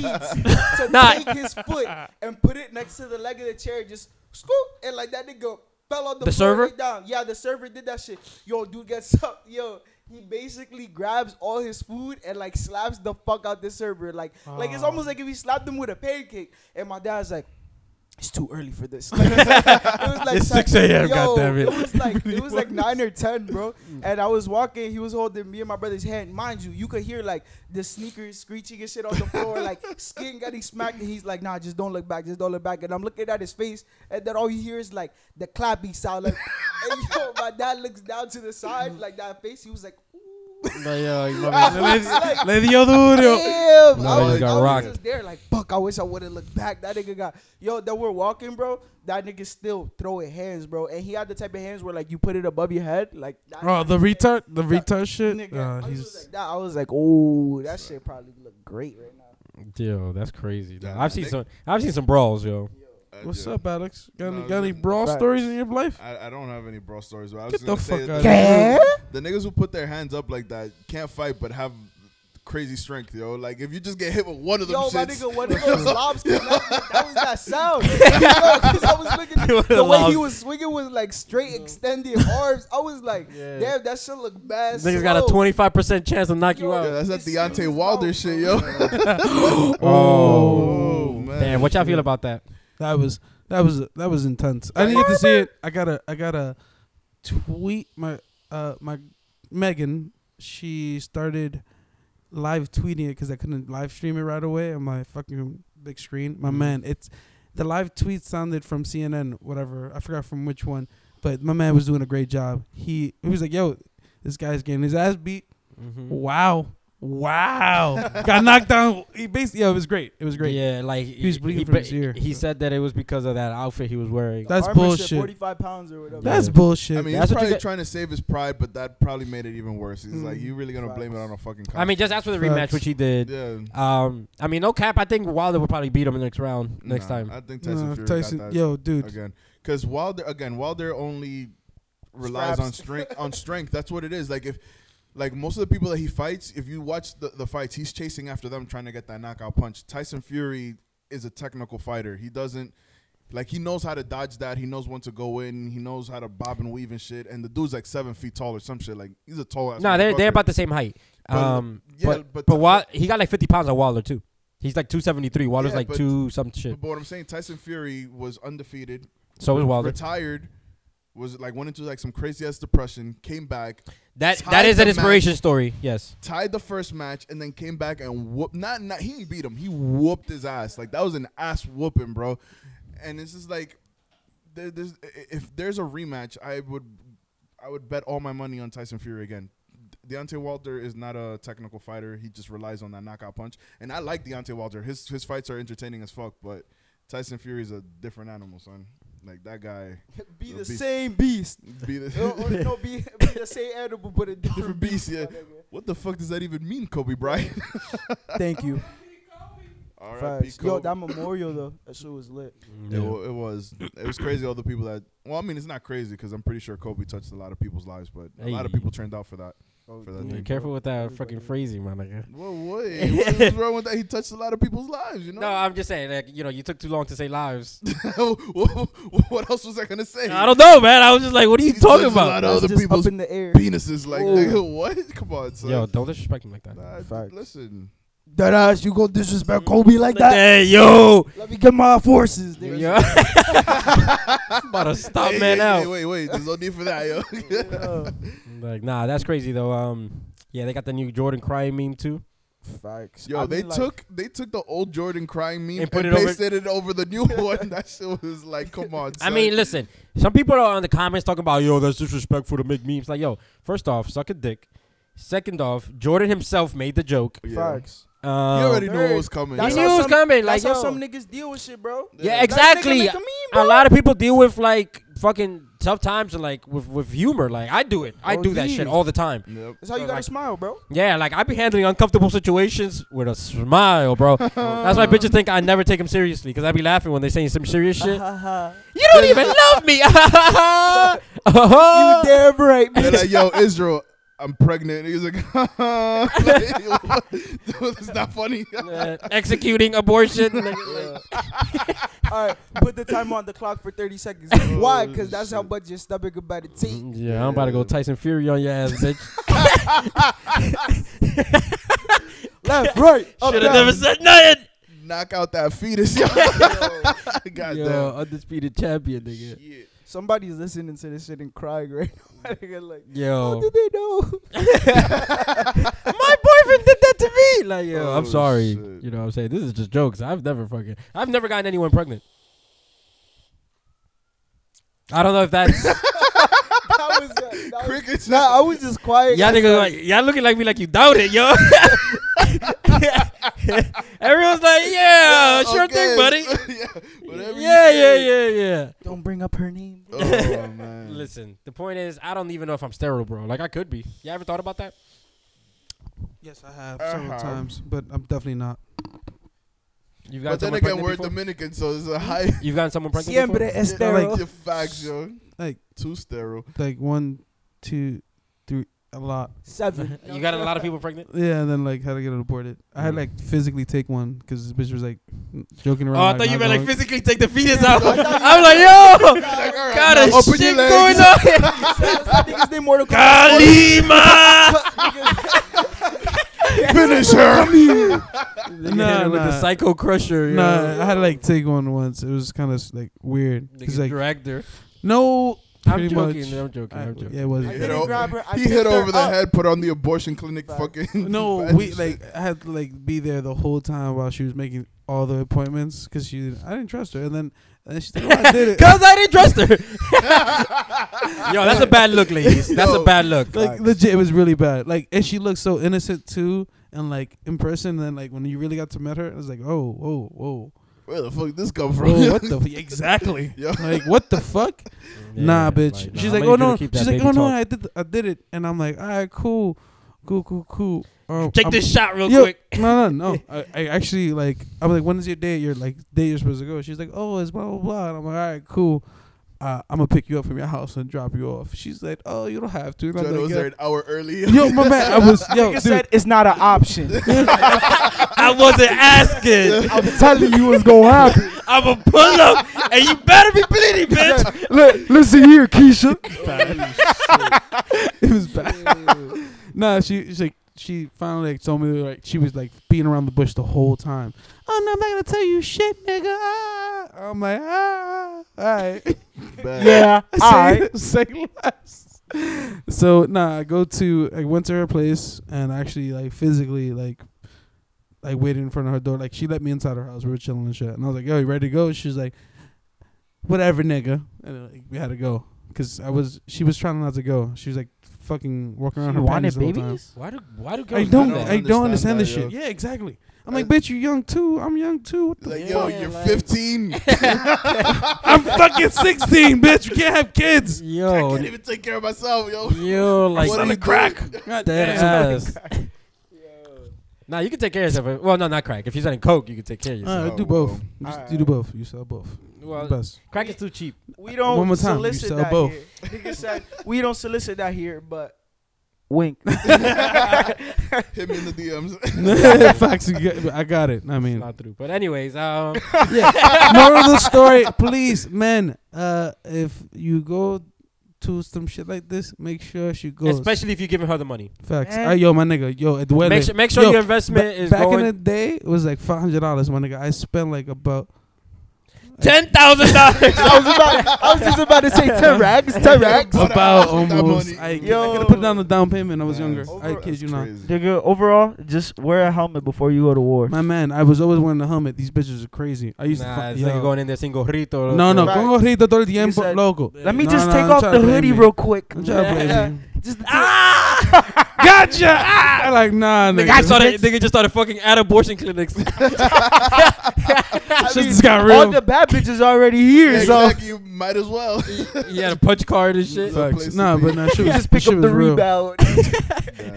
proceeds to Nah. take his foot and put it next to the leg of the chair, just scoop, and like that nigga fell on the, The floor server? right down. Yeah, the server did that shit. Yo, dude gets up. Yo, he basically grabs all his food and like slaps the fuck out the server. Like, like it's almost like if he slapped him with a pancake. And my dad's like, it's too early for this. it was like It's some- 6 a.m., yo, goddammit. It was like Really it was like was. nine or ten, bro. And I was walking. He was holding me and my brother's hand. Mind you, you could hear like the sneakers screeching and shit on the floor, like skin getting smacked. And he's like, "Nah, just don't look back, just don't look back." And I'm looking at his face, and then all you hear is like the clapping sound. Like, and yo, my dad looks down to the side, like that face. He was like, "Ooh." Like, yo, you I mother- was like, Le dio duro. Damn, No, I you was, got I was rocked. just there like, fuck, I wish I would have looked back. That nigga got, yo, that we're walking, bro. That nigga still throwing hands, bro. And he had the type of hands where like you put it above your head, like that. Oh, the retard, the Yeah, retard shit. Nigga, Uh, I, was just he's like, that. I was like, oh, that shit probably look great right now. Yo, that's crazy. Though. Yeah, I've seen Nick- some. I've seen some brawls, yo. I what's do. up, Alex? Got any, No, got any no. brawl Facts. stories in your life? I, I don't have any brawl stories. But I was Get just gonna the say fuck that outta here. The niggas who put their hands up like that can't fight, but have crazy strength, yo. Like if you just get hit with one of them, Yo, my shits, nigga, one of those lobs came out. That was that sound. Yo, 'cause I was looking, the way he was swinging was like straight extended arms. I was like, Yeah. damn, that shit look bad. Niggas got a twenty five percent chance to knock you Yo. Yeah, out. that's that It's serious, Deontay Wilder bro. shit, yo. Oh, man. damn! What y'all feel about that? That was that was that was intense. I didn't get to see it. I gotta I gotta tweet my uh my Megan. She started live tweeting it because I couldn't live stream it right away on my fucking big screen. My Mhm. man, it's the live tweet sounded from CNN, whatever. I forgot from which one, but my man was doing a great job. He he was like, "Yo, this guy's getting his ass beat." Mm-hmm. Mm-hmm. Wow. Wow. Got knocked down. He basically, yeah, it was great. It was great. Yeah, like he, was bleeding he, from ba- his ear. He said that it was because of that outfit he was wearing. That's Armor shit, bullshit. 45 pounds or whatever. That's Yeah. bullshit. I mean, That's what you he's probably get- trying to save his pride, but that probably made it even worse. He's like, Mm. you really gonna blame it on a fucking? Costume. I mean, just after the rematch, Facts. which he did. yeah. Um, I mean, no cap. I think Wilder would probably beat him in the next round, next Nah, time. I think Tyson No, Fury Tyson, got that yo, dude, again because Wilder again Wilder only relies on strength on strength. That's what it is. Like if like most of the people that he fights, if you watch the, the fights, he's chasing after them trying to get that knockout punch. Tyson Fury is a technical fighter. He doesn't like he knows how to dodge that. He knows when to go in. He knows how to bob and weave and shit. And the dude's like seven feet tall or some shit. Like he's a tall ass. No, they're they're motherfucker. about the same height. But, um, yeah, but but- but, Wa- he got like fifty pounds on Wilder too. He's like two seventy three. Wilder's Yeah, like but- two some shit. But what I'm saying, Tyson Fury was undefeated, So was Wilder. retired, was like went into like some crazy ass depression, came back, That tied that is the an inspiration match. story. Yes. tied the first match and then came back and whooped not not he didn't beat him he whooped his ass like that was an ass whooping bro and it's just like there, there's if there's a rematch i would i would bet all my money on tyson fury again Deontay Wilder is not a technical fighter. He just relies on that knockout punch. And I like Deontay Wilder. His his fights are entertaining as fuck. But Tyson Fury is a different animal, son. Like that guy. Be the Beast. same beast. Be the, no, or no, be, be the same edible, but a different different beast. beast. Yeah. What the fuck does that even mean, Kobe Bryant? Thank you. R.I.P. Kobe. Yo, that memorial though, that shit was lit. It, wa- it was it was crazy. All the people that well, I mean, it's not crazy because I'm pretty sure Kobe touched a lot of people's lives, but a lot of Hey. people turned out for that. For that Yeah, thing. careful with that fucking phrasing, my nigga. Whoa, wait, what is wrong with that? He touched a lot of people's lives, you know. No, I'm just saying, like, you know, you took too long to say lives. what, what else was I gonna say? I don't know, man. I was just like, what are you He talking touched A lot about? of That's other just up people's in the air. penises, like Ooh. nigga, what? Come on, son. Yo, don't disrespect him like that. Nah, d- Facts. listen, That ass, you go disrespect Mm. Kobe like that? Hey, yo. Let me get my forces. There. yo. I'm about to stop Hey, man hey, out. hey, wait, wait, there's no need for that, yo. Yeah. Like, nah, that's crazy though. Um, yeah, they got the new Jordan crying meme too. Facts. Yo, I they mean, like, took they took the old Jordan crying meme And and, put it over- pasted it over the new one. That shit was like, come on. I son. mean, listen, some people are in the comments talking about, yo, that's disrespectful to make memes. Like, yo, first off, suck a dick. Second off, Jordan himself made the joke. Yeah. Facts. Um, You already knew what Hey, was coming. he That's knew how it was some- coming. Like, yo. That's how some niggas deal with shit, bro. yeah, That nigga exactly. That nigga make a meme, a lot of people deal with like fucking tough times and like with, with humor. Like I do it. I Oh, do that yeah. shit all the time. Yep. That's how you So, gotta like- smile, bro. Yeah, like I be handling uncomfortable situations with a smile, bro. That's why bitches think I never take them seriously because I be laughing when they saying some serious shit. Uh-huh. you don't even love me. Uh-huh. you damn right, They're man. like, yo, Israel, I'm pregnant. And he's like, like it's not funny. Uh, executing abortion. nigga, like- All right, put the time on the clock for 30 seconds. Why? Because that's how much your stomach about to take. yeah, I'm about to go Tyson Fury on your ass, bitch. Left, right, up, Should have down. never said nothing. knock out that fetus, yo. God Yo, undisputed champion, nigga. Shit. Somebody's listening to this shit and crying right now. They're like, how Yo, did they know? my boyfriend did that to me. Like, yo, I'm Oh, sorry. shit. You know, what I'm saying this is just jokes. I've never fucking, I've never gotten anyone pregnant. I don't know if that's That was, uh, that was- Crickets. Nah, I was just quiet. y'all I niggas thought- like y'all looking like me like you doubt it, yo. Everyone's like, yeah, sure thing, buddy. yeah, whatever you Yeah, yeah, say. yeah, yeah. Don't bring up her name. Oh man. Listen, the point is, I don't even know if I'm sterile, bro. Like, I could be. You ever thought about that? Yes, I have I several have. times, but I'm definitely not. You've gotten but then someone again, pregnant we're before? Dominican, so it's a high. You've gotten someone pregnant Siempre before? es Like sterile. your facts, yo. Like- too sterile. Like one, two, three, a lot. Seven. You got a lot of people pregnant? Yeah, and then like had to get it aborted. I had Mm. like physically take one because this bitch was like joking Oh, around. I thought you not meant like going. physically take the fetus out. I'm like, yo, got a now open your shit legs. going on. Niggas named Mortal Kombat. Kalima. Finish her. Nah, with the nah. psycho crusher. Nah, I had to like take one once. It was kind of like weird. It's like director. no, I'm pretty joking. much. I'm joking. I- I'm joking. yeah, it wasn't. I You didn't know, grab her. I he picked hit over her the up. head, put on the abortion clinic. Facts. Fucking No, bad we shit. like I had to like be there the whole time while she was making all the appointments because she I didn't trust her, and then and then she's like, oh, I did it. Cause I didn't trust her. Yo, that's a bad look, ladies. That's a Yo. bad look. Like legit, it was really bad. Like, and she looked so innocent too, and like in person. And then like when you really got to meet her, it was like, oh, whoa, whoa, Where the fuck this come from? whoa what the f- exactly? Yo. Like what the fuck? Yeah, nah, bitch. like, nah, She's I'm like, oh no. gonna give you to keep that She's like, baby oh no, talk. I did, th- I did it, and I'm like, all right, cool, cool, cool, cool. Um, Take I'm- this shot real Yo, quick. no, no, no. I, I actually like. I'm like, when is your day? You're like, day you're supposed to go. She's like, oh, it's blah blah blah. And I'm like, all right, cool. Uh, I'm gonna pick you up from your house and drop you off. She's like, oh, you don't have to. And I'm John like, was yeah. there an hour early. Yo, my man, I was yo, Nigga dude. said it's not an option. I wasn't asking. I'm telling you what's gonna happen. I'm a pull up, and you better be bleeding, bitch. Look, listen here, Keisha. it was bad. nah, she she's like she finally like told me like she was like beating around the bush the whole time. Oh no, I'm not gonna tell you shit, nigga. Ah. I'm like, ah, all right. Yeah, say, alright. say less. So nah, I go to I went to her place and actually like physically like like waited in front of her door. Like she let me inside her house. We were chilling and shit. And I was like, "Yo, you ready to go?" She's like, "Whatever, nigga." And then, like we had to go because I was she was trying not to go. She was like fucking walking around She her panties wanted the whole time. babies? Why do why do I girls don't do that? I don't understand understand this that, shit. Yeah, exactly. I'm I- like, bitch, you young too. I'm young too. What the Like, yo, Yeah, you're like- 15. I'm fucking 16, bitch. You can't have kids. I yo, can't even take care of myself, yo. yo, like What on the crack? dead ass. Nah, you can take care of yourself. Well, no, not crack. If you're selling coke, you can take care of yourself. Uh, Oh, do both. well. You, just, All you do both. You sell both. well, Best. crack is too cheap. We don't One more time, you solicit sell that both. here. Nigga said we don't solicit that here, but wink. Hit me in the DMs. Facts, you got- I got it. I mean, Not through. But anyways, um, yeah. moral of the story, please, men, uh, if you go to some shit like this, make sure she goes. especially if you're giving her the money. Facts. Eh. Ah, yo, my nigga, yo, at the wedding. Make sure make sure Yo, your investment ba- is back going in the day, it was like five hundred dollars, my nigga. I spent like about ten thousand dollars. I was about, I was just about to say ten rags, ten rags. Put about out that almost. money. I, I Yo. could have put down the down payment. I was younger. I Overall, kid you not. Nigga, overall, just wear a helmet before you go to war. My man, I was always wearing a helmet. These bitches are crazy. I used Nah, to. it's Fu- like yo. going in there single rito. no, no, Right. con gorrito todo el You tiempo, said- loco. Let me No, just no, take don't off try the to play hoodie me. real quick. Don't try to play me. Just the t- Ah! gotcha. Ah! Like nah, nigga. Nigga, I started, nigga just started fucking at abortion clinics. I Shit mean, just got all real. the bad bitches already here, so Exactly, you might as well. he had a punch card and shit. Fuck. Facts. place to Nah, be. but nah, she was just pick she up was the real. rebound.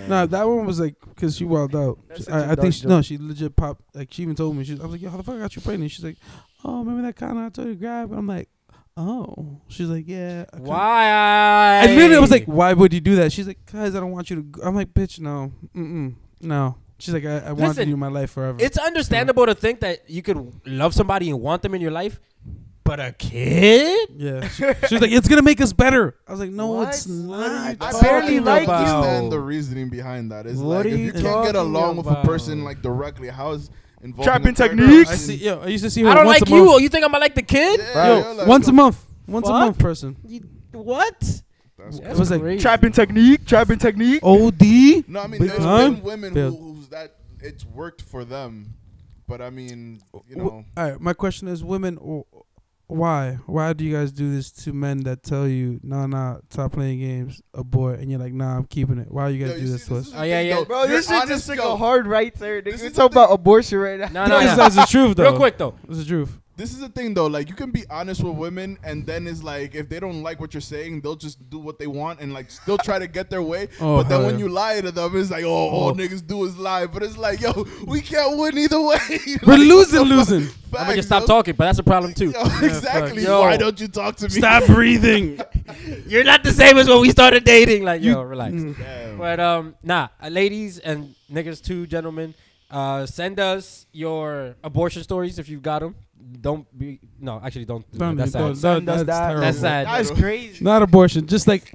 Nah, that one was like because she wild out. That's such a I, I dark think she, no, she legit popped. Like she even told me, she was, I was like, "Yo, how the fuck I got you pregnant?" She's like, "Oh, remember that kind I told you to grab?" And I'm like, "Oh." She's like, "Yeah." I kinda- Why? I literally was like, "Why would you do that?" She's like, "Cause I don't want you to." Go. I'm like, "Bitch, no, mm, no." She's like, "I, I wanted Listen, you in my life forever." it's understandable to think that you could love somebody and want them in your life, but a kid? yeah. She, she was like, "It's gonna make us better." I was like, "No, What? it's What are you not." I don't barely even like you. understand the reasoning behind that. It's What like are if you you can't get talking along with a person about? like directly, how is involving Trapping a third techniques. I person. see. Yo, I used to see her. I don't once like a month. you. Oh, you think I'm gonna like the kid? Yeah, Bro. you're like, Once a month. Once a Fuck. month, person. You, what? That's It was like crazy. Trapping technique, trapping technique. Od. No, I mean, Big there's time. been women Fail. who, who's that it's worked for them, but I mean, you W- know, All right, my question is, women, w- why? Why do you guys do this to men that tell you, nah, nah, stop playing games, abort, and you're like, nah, I'm keeping it. Why do you guys Yo, do see, this to us? is Oh, the yeah, thing, yeah. though. Bro, You're this shit honest, just took yo. a hard right there. This Nigga. We is talk the thing. about abortion right No, now. no, This no. is the truth, though. Real quick though. It's the truth. This is the thing though. Like you can be honest with women, and then it's like if they don't like what you're saying, they'll just do what they want and like still try to get their way. Oh, but then hell when yeah. you lie to them, it's like, oh, all Oh. niggas do is lie. But it's like, yo, we can't win either way. We're Like, losing, so- losing. Facts, I'm gonna just stop yo. talking, but that's a problem too. Yo, exactly. Yo. Why don't you talk to me? breathing. You're not the same as when we started dating. Like, yo, relax. Mm. Damn. But um, nah, uh, ladies and niggas too, gentlemen. Uh, send us your abortion stories if you've got them. Don't be no, actually, don't. Do Don't that. That's even sad. go- Son does that's that. terrible. That's sad. That's crazy. Not abortion, just like.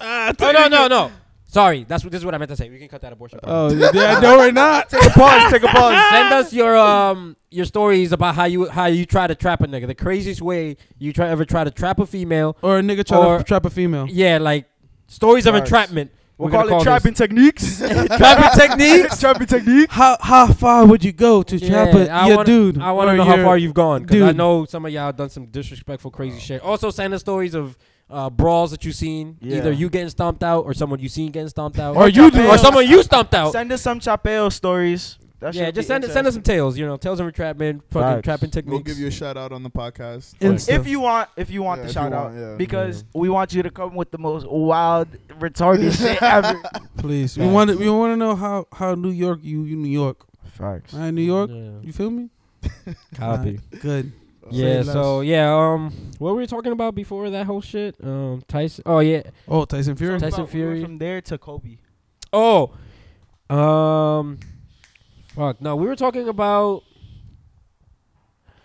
Oh no, no, no. Sorry, that's what this is what I meant to say. We can cut that abortion. part. Oh, yeah, no, we're not. Take a pause. Take a pause. Send us your um your stories about how you how you try to trap a nigga. The craziest way you try ever try to trap a female. Or a nigga try Or- to trap a female. Yeah, like stories of Bars. entrapment. We'll We're call, gonna it this- trapping techniques. trapping techniques. trapping technique. How how far would you go to trap a, I your wanna, dude? I want or to know how your- far you've gone because I dude. know some of y'all done some disrespectful, crazy shit. Also, send us stories of uh, brawls that you've seen, Yeah. either you getting stomped out or someone you seen getting stomped out, Or you do. or someone you stomped out. Send us some chapeo stories. That Oh. yeah, should just be send send us some tales. You know, tales of entrapment, fucking Facts. trapping techniques. We'll give you a shout out on the podcast. Insta. interesting. If you want, if you want Yeah, the if you shout out, want, yeah. because we want you to come with the most wild, retarded shit ever. Please, we want we want to know how how New York you you New York, Facts. I New York. Yeah. You feel me? Copy. Good. Say Yeah. less. So yeah. Um, what were we talking about before that whole shit? Um, Tyson. Oh yeah. Oh, Tyson Fury. Tyson Fury. From there to Kobe. Oh. Um. Fuck. No, we were talking about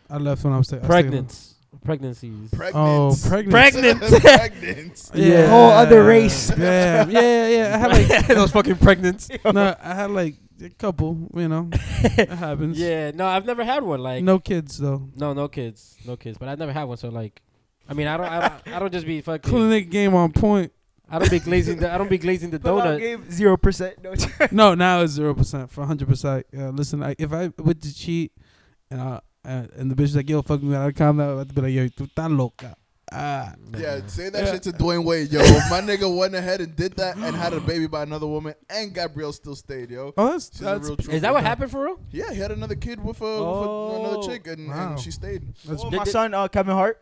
I left when I was ta- I was taking pregnant pregnancies. Pregnant. Oh, pregnant. Pregnant. Pregnant. Yeah. Oh, yeah. Whole other race. Damn. Yeah, yeah. I had like those fucking pregnants. no, I had like a couple. You know, it happens. Yeah, no, I've never had one. Like, no, No kids though. no, kids, no kids. But I've never had one. So like, I mean, I don't, I don't, I don't just be fucking. Clinic game on point. I don't be glazing. The, I don't be glazing the Donut donut. gave zero percent. No, no, now it's zero percent for hundred percent. Uh, listen, I, if I went to cheat, and I, uh, and the bitch like yo fuck me, I'd come out, I'd be like yo tú tan loca. Ah, Yeah, say that Yeah. shit to Dwayne Wade, yo. My nigga went ahead and did that and had a baby by another woman, and Gabrielle still stayed, yo. oh that's She's a that's real trooper. Is that what happened for real? Yeah, he had another kid with, uh, with Oh. another chick, and, Wow. and she stayed. that's oh, Did my they- son uh, Kevin Hart.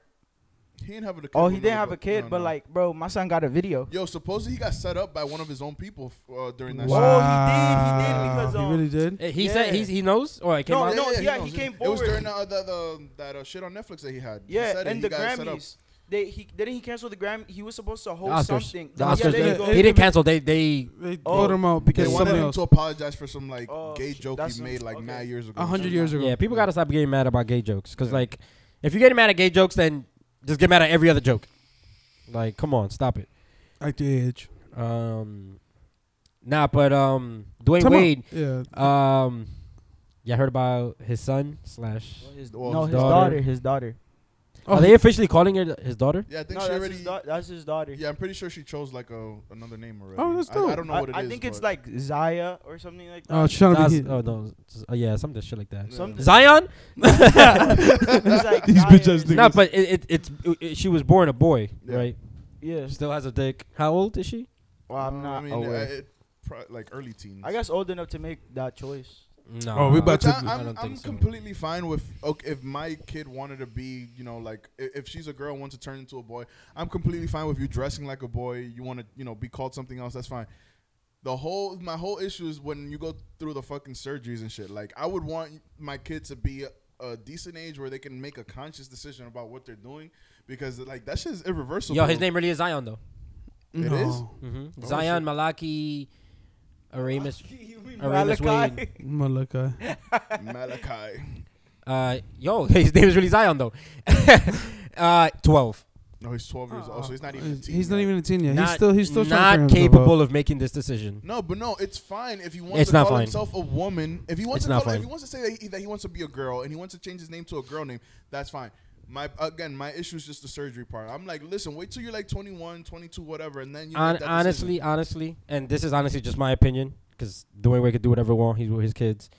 He didn't have a kid. Oh, with he didn't another have a girl. kid, No, but no. like, bro, my son got a video. yo, supposedly he got set up by one of his own people uh, during that. Wow. shit. Oh, he did, he did, because, um, he really did. Eh, He Yeah. said he's, he knows, or it came No, out. Yeah, no, yeah, yeah, knows. he came It was forward. during the, uh, the, the that uh, shit on Netflix that he had. He Yeah, said it, and he the got set up. Grammys. They he didn't he cancel the Grammy. He was supposed to The host Oscars. something. The Yeah, Oscars. there you they, go. they didn't cancel. They they. They Oh. voted him out They because wanted somebody him else. to apologize for some like Oh, gay shit, joke that's he made like okay. nine years ago. A hundred years ago. Yeah, people gotta stop getting mad about gay jokes. Cause Yeah. like, if you're getting mad at gay jokes, then just get mad at every other joke. Like, come on, stop it. At the age. Um, nah, but um, Dwayne Come on. Wade. Yeah. Um, yeah, I heard about his son slash. His, Well, no, his his daughter. daughter. his daughter. Oh. Oh. Are they officially calling her th- his daughter? Yeah, I think No, she that's, already. his da- that's his daughter. Yeah, I'm pretty sure she chose like a another name already. Oh, that's I- I, dope. don't know I, what it is. I think it's but- like Zaya or something like that. Oh, she's trying to Zaz- be. hit. oh no, z- uh, yeah, something shit like that. Yeah. Some- Zion? It's like These Zaya bitch ass or niggas. No, but it, it, it's it, it- she was born a boy, Yeah. right? Yeah. Still has a dick. How old is she? Well, I'm Uh, not I Oh, mean, aware. uh, it, pro- like early teens. I guess old enough to make that choice. No. Oh, we about But to- I, I I'm, don't I'm think so. completely fine with okay, if my kid wanted to be, you know, like i- if she's a girl and wants to turn into a boy, I'm completely fine with you dressing like a boy. You want to, you know, be called something else. That's fine. The whole my whole issue is when you go through the fucking surgeries and shit. Like I would want my kid to be a, a decent age where they can make a conscious decision about what they're doing because like that shit is irreversible. Yo, his name really is Zion though. It no. hmm Oh, Zion Malaki, Aramis. Aramis Wayne. Malachi. Malaka. Malachi. Uh, yo, his name is really Zion though. uh, twelve. No, he's 12 years old, so he's not even. a teen Uh, He's not yet. even a teen yet. He's Not- still he's still trying to not figure himself out. capable of making this decision. No, but no, it's fine if he wants It's to not call fine. himself a woman. If he wants It's to not call, if fine. he wants to say that he, that he wants to be a girl and he wants to change his name to a girl name, that's fine. My again, my issue is just the surgery part. I'm like, listen, wait till you're like 21, 22, whatever, and then you Hon- make that honestly, decision. honestly, and this is honestly just my opinion because Dwayne Wade could do whatever he wants. He's with his kids.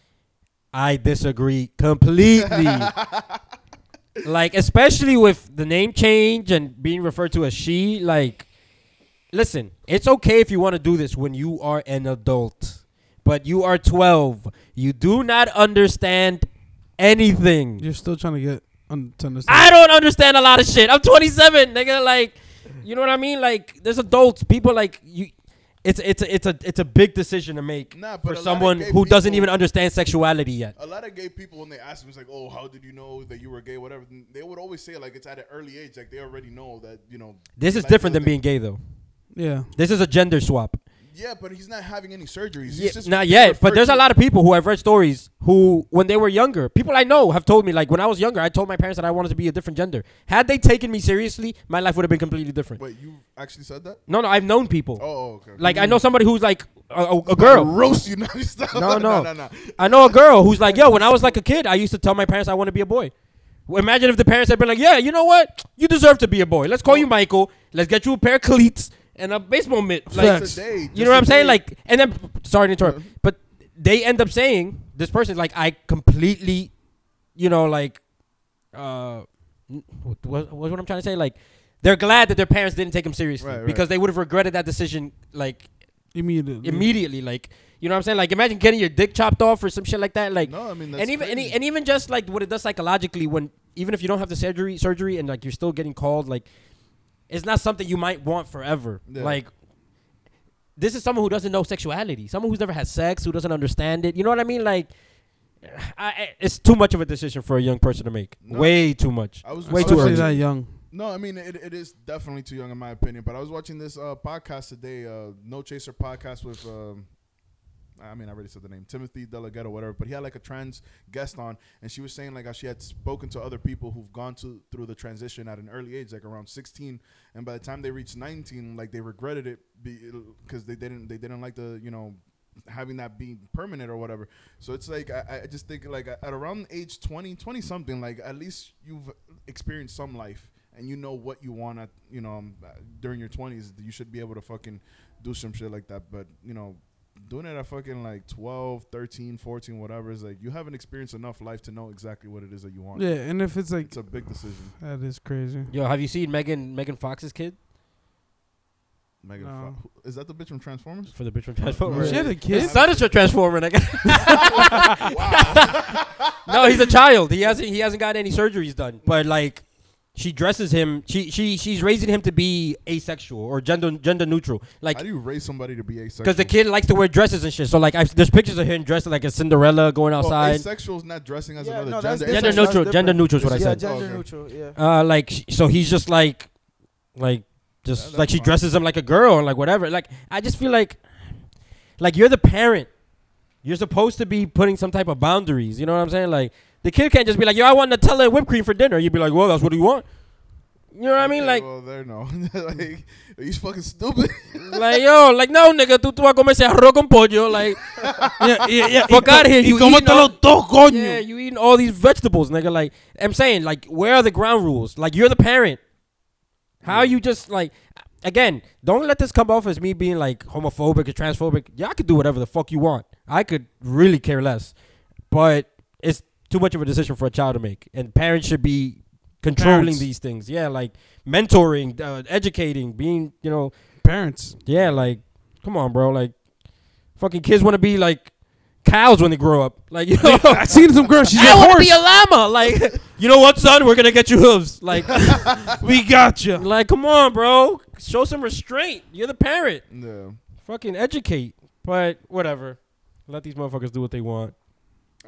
I disagree completely. like, especially with the name change and being referred to as she. Like, listen, it's okay if you want to do this when you are an adult, but you are 12. You do not understand anything. You're still trying to get un- to understand. I don't understand a lot of shit. I'm 27, nigga. Like, you know what I mean? Like, there's adults, people like you. It's it's a, it's a it's a big decision to make Nah, but a for lot of someone gay who doesn't people- even understand sexuality yet. a lot of gay people when they ask them, it's like, oh, how did you know that you were gay? Whatever, they would always say like it's at an early age, like they already know that you know. This is like, different than they- being gay, though. yeah. This is a gender swap. Yeah, but he's not having any surgeries. He's Yeah, just not being yet, but referred there's to- a lot of people who I've read stories who, when they were younger, people I know have told me like when I was younger, I told my parents that I wanted to be a different gender. Had they taken me seriously, my life would have been completely different. Wait, you actually said that? No, no, I've known people. Oh, okay. Like I know somebody who's like a, a, a girl. roast you. No, stop. No, no. no, no. I know a girl who's like, yo, when I was like a kid, I used to tell my parents I want to be a boy. Well, Imagine if the parents had been like, yeah, you know what? You deserve to be a boy. Let's call you Michael. Let's get you a pair of cleats and a baseball mitt. Like, Just today, just you know what I'm saying? today. Like, and then, sorry to interrupt, but they end up saying, this person's like, I completely, you know, like, uh, n- what, what, what's what I'm trying to say? Like, they're glad that their parents didn't take them seriously Right, right. because they would have regretted that decision, like, Mm. Immediately. immediately. Like, you know what I'm saying? Like, imagine getting your dick chopped off or some shit like that. Like, No, I mean, that's and even and, e- crazy. and even just like what it does psychologically when even if you don't have the surgery surgery and like you're still getting called like it's not something you might want forever Yeah. like this is someone who doesn't know sexuality someone who's never had sex who doesn't understand it you know what i mean like I- I, it's too much of a decision for a young person to make No. way too much I was way too Especially early that young. No, I mean it, it is definitely too young in my opinion. But I was watching this uh, podcast today, uh, No Chaser podcast with. Um, I mean, I already said the name Timothy Delgado, whatever. But he had like a trans guest on, and she was saying like how she had spoken to other people who've gone to through the transition at an early age, like around 16, and by the time they reached 19, like they regretted it because they didn't they didn't like the you know having that be permanent or whatever. So it's like I, I just think like at around age 20, 20 something, like at least you've experienced some life and you know what you want at you know um, during your 20s, you should be able to fucking do some shit like that. But you know, doing it at fucking like 12, 13, 14, whatever is like you haven't experienced enough life to know exactly what it is that you want. Yeah, and if it's like It's a big decision. that is crazy. yo have you seen megan megan fox's kid Megan No. Fo- is that the bitch from Transformers? for the bitch from transformer She had a his kid. son is a transformer nigga. no he's a child he hasn't he hasn't gotten any surgeries done but like she dresses him she she she's raising him to be asexual or gender gender neutral like How do you raise somebody to be asexual? because the kid likes to wear dresses and shit so like I've, there's pictures of him dressed like a cinderella going Well, outside asexual is not dressing as Yeah, another no, that's gender. different. gender Asexual is neutral gender different. neutral is what i yeah, said gender Okay. neutral. Yeah. uh like sh- so he's just like like Yeah, just that's like she fine. dresses him like a girl or like whatever like i just feel like like you're the parent you're supposed to be putting some type of boundaries you know what i'm saying like the kid can't just be like yo i want nutella and whipped cream for dinner you'd be like well that's what you want you know what i mean Okay, like well, there no. like, are you fucking stupid? like yo like no nigga tú, tú vas a comer ese arroz con pollo like yeah, yeah, yeah. Fuck outta here, you You come eating all- dos, coño. yeah you eating all these vegetables nigga like i'm saying like where are the ground rules like you're the parent How you just like again, don't let this come off as me being like homophobic or transphobic. Y'all could do whatever the fuck you want. I could really care less. But it's too much of a decision for a child to make. And parents should be Parents. controlling these things. Yeah, like mentoring, uh, educating, being, you know, Parents. yeah, like come on, bro, like fucking kids want to be like cows when they grow up. Like, you know, I seen some girl. She's a I want to horse. be a llama. Like, you know what, son? We're going to get you hooves. Like we got you. like, come on, bro. Show some restraint. You're the parent. yeah. Fucking educate. But whatever. Let these motherfuckers do what they want.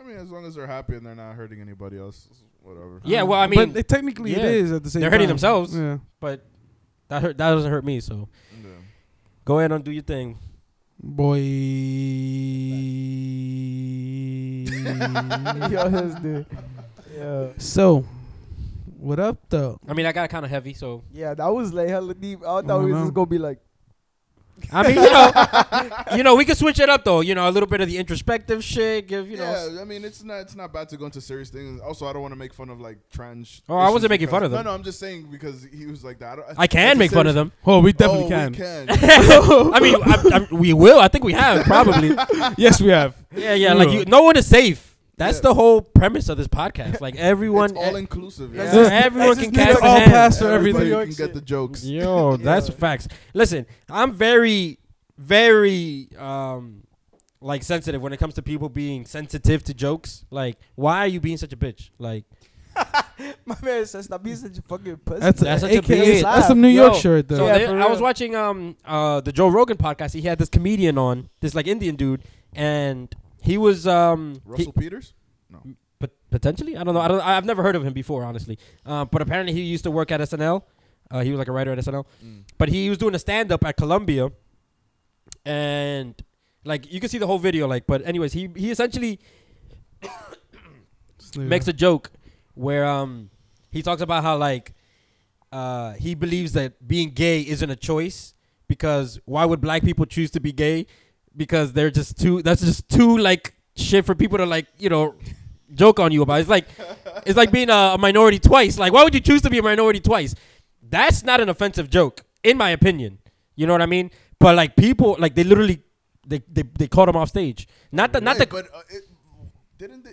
I mean, as long as they're happy and they're not hurting anybody else, whatever. Yeah, well, I mean, but they, technically yeah. it is at the same. They're hurting time. themselves. Yeah. But that hurt. That doesn't hurt me. So Yeah. go ahead and do your thing. Boy. Yo, this dude. Yeah. so, What up though? I mean, I got kind of heavy, so Yeah, that was like hella deep. I thought I we was know. just gonna be like, I mean, you know, you know, we could switch it up though. You know, a little bit of the introspective shit. Give you know. s- yeah, I mean, it's not it's not bad to go into serious things. Also, I don't want to make fun of like trans. Oh, I wasn't issues making fun of because- them. No, no, I'm just saying because he was like that. I, don't- I it's can a make fun serious- of them. Oh, we definitely Oh, can. We can. I mean, I, I, we will. I think we have probably. yes, we have. Yeah, yeah. We Like will. you, no one is safe. That's Yeah. the whole premise of this podcast. Like everyone, e-, It's all inclusive. yeah, Let's just- everyone let's can e- Need just catch to a all hand. pass for Everybody everything. New You York can shit. get the jokes. Yo, that's Yeah. facts. Listen, I'm very, very, um, like sensitive when it comes to people being sensitive to jokes. Like, why are you being such a bitch? Like, my man says, "Stop being such a fucking pussy." That's, That's that's, such a AKA, bitch. that's some New York Yo, shirt so though. Yeah, there- for I was real. watching um uh the Joe Rogan podcast. He had this comedian on, this like Indian dude, and he was um he- Russell Peters. pot- potentially. I don't know. I don't. I've never heard of him before, honestly. Um, but apparently he used to work at SNL. Uh, he was like a writer at SNL. But he was doing a stand up at Columbia, and like you can see the whole video. Like, but anyways, he he essentially makes a joke where um he talks about how like uh he believes that being gay isn't a choice because why would black people choose to be gay because they're just too that's just too like shit for people to like you know joke on you about it's like it's like being a, a minority twice like why would you choose to be a minority twice that's not an offensive joke in my opinion you know what i mean but like people like they literally they they, they caught him off stage not the not Right, the But uh, it, didn't they?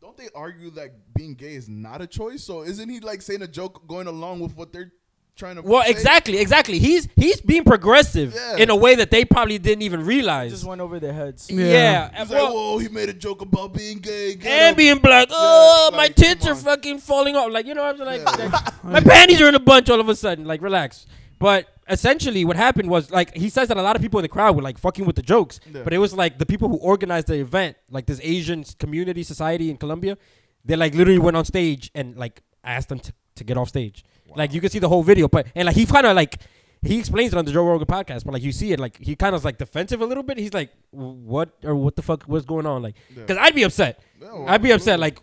Don't they argue that being gay is not a choice? So isn't he like saying a joke going along with what they're trying to? Well, say? exactly, exactly. He's he's being progressive Yeah. in a way that they probably didn't even It realize. just went over their heads. Yeah. Yeah, He's like, well, whoa, he made a joke about being gay. get and him." being black. Oh, Yeah, my like, tits come are on. fucking falling off. Like you know, I'm like, Yeah. like, my panties are in a bunch all of a sudden. Like relax. But essentially, what happened was like he says that a lot of people in the crowd were like fucking with the jokes, Yeah. but it was like the people who organized the event, like this Asian community society in Colombia, they like literally went on stage and like asked them to, to get off stage. Like you can see the whole video, but and like he kind of like he explains it on the Joe Rogan podcast, but like you see it, like he kind of like defensive a little bit. He's like, "What or what the fuck? What's going on?" Like, Yeah. because I'd be upset. Yeah, well, I'd be upset. Like absolutely.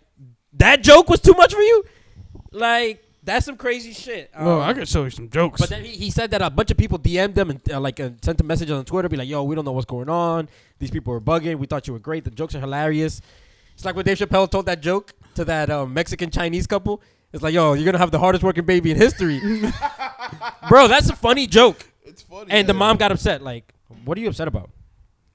that joke was too much for you. Like that's some crazy shit. Well, Um, I could show you some jokes. but then he, he said that a bunch of people DM'd him and uh, like uh, sent him messages on Twitter, be like, "Yo, we don't know what's going on. These people are bugging. We thought you were great. The jokes are hilarious." It's like when Dave Chappelle told that joke to that um, Mexican Chinese couple. It's like, "Yo, you're gonna have the hardest working baby in history, bro." That's a funny joke, it's funny. and the yeah. mom got upset. Like, what are you upset about?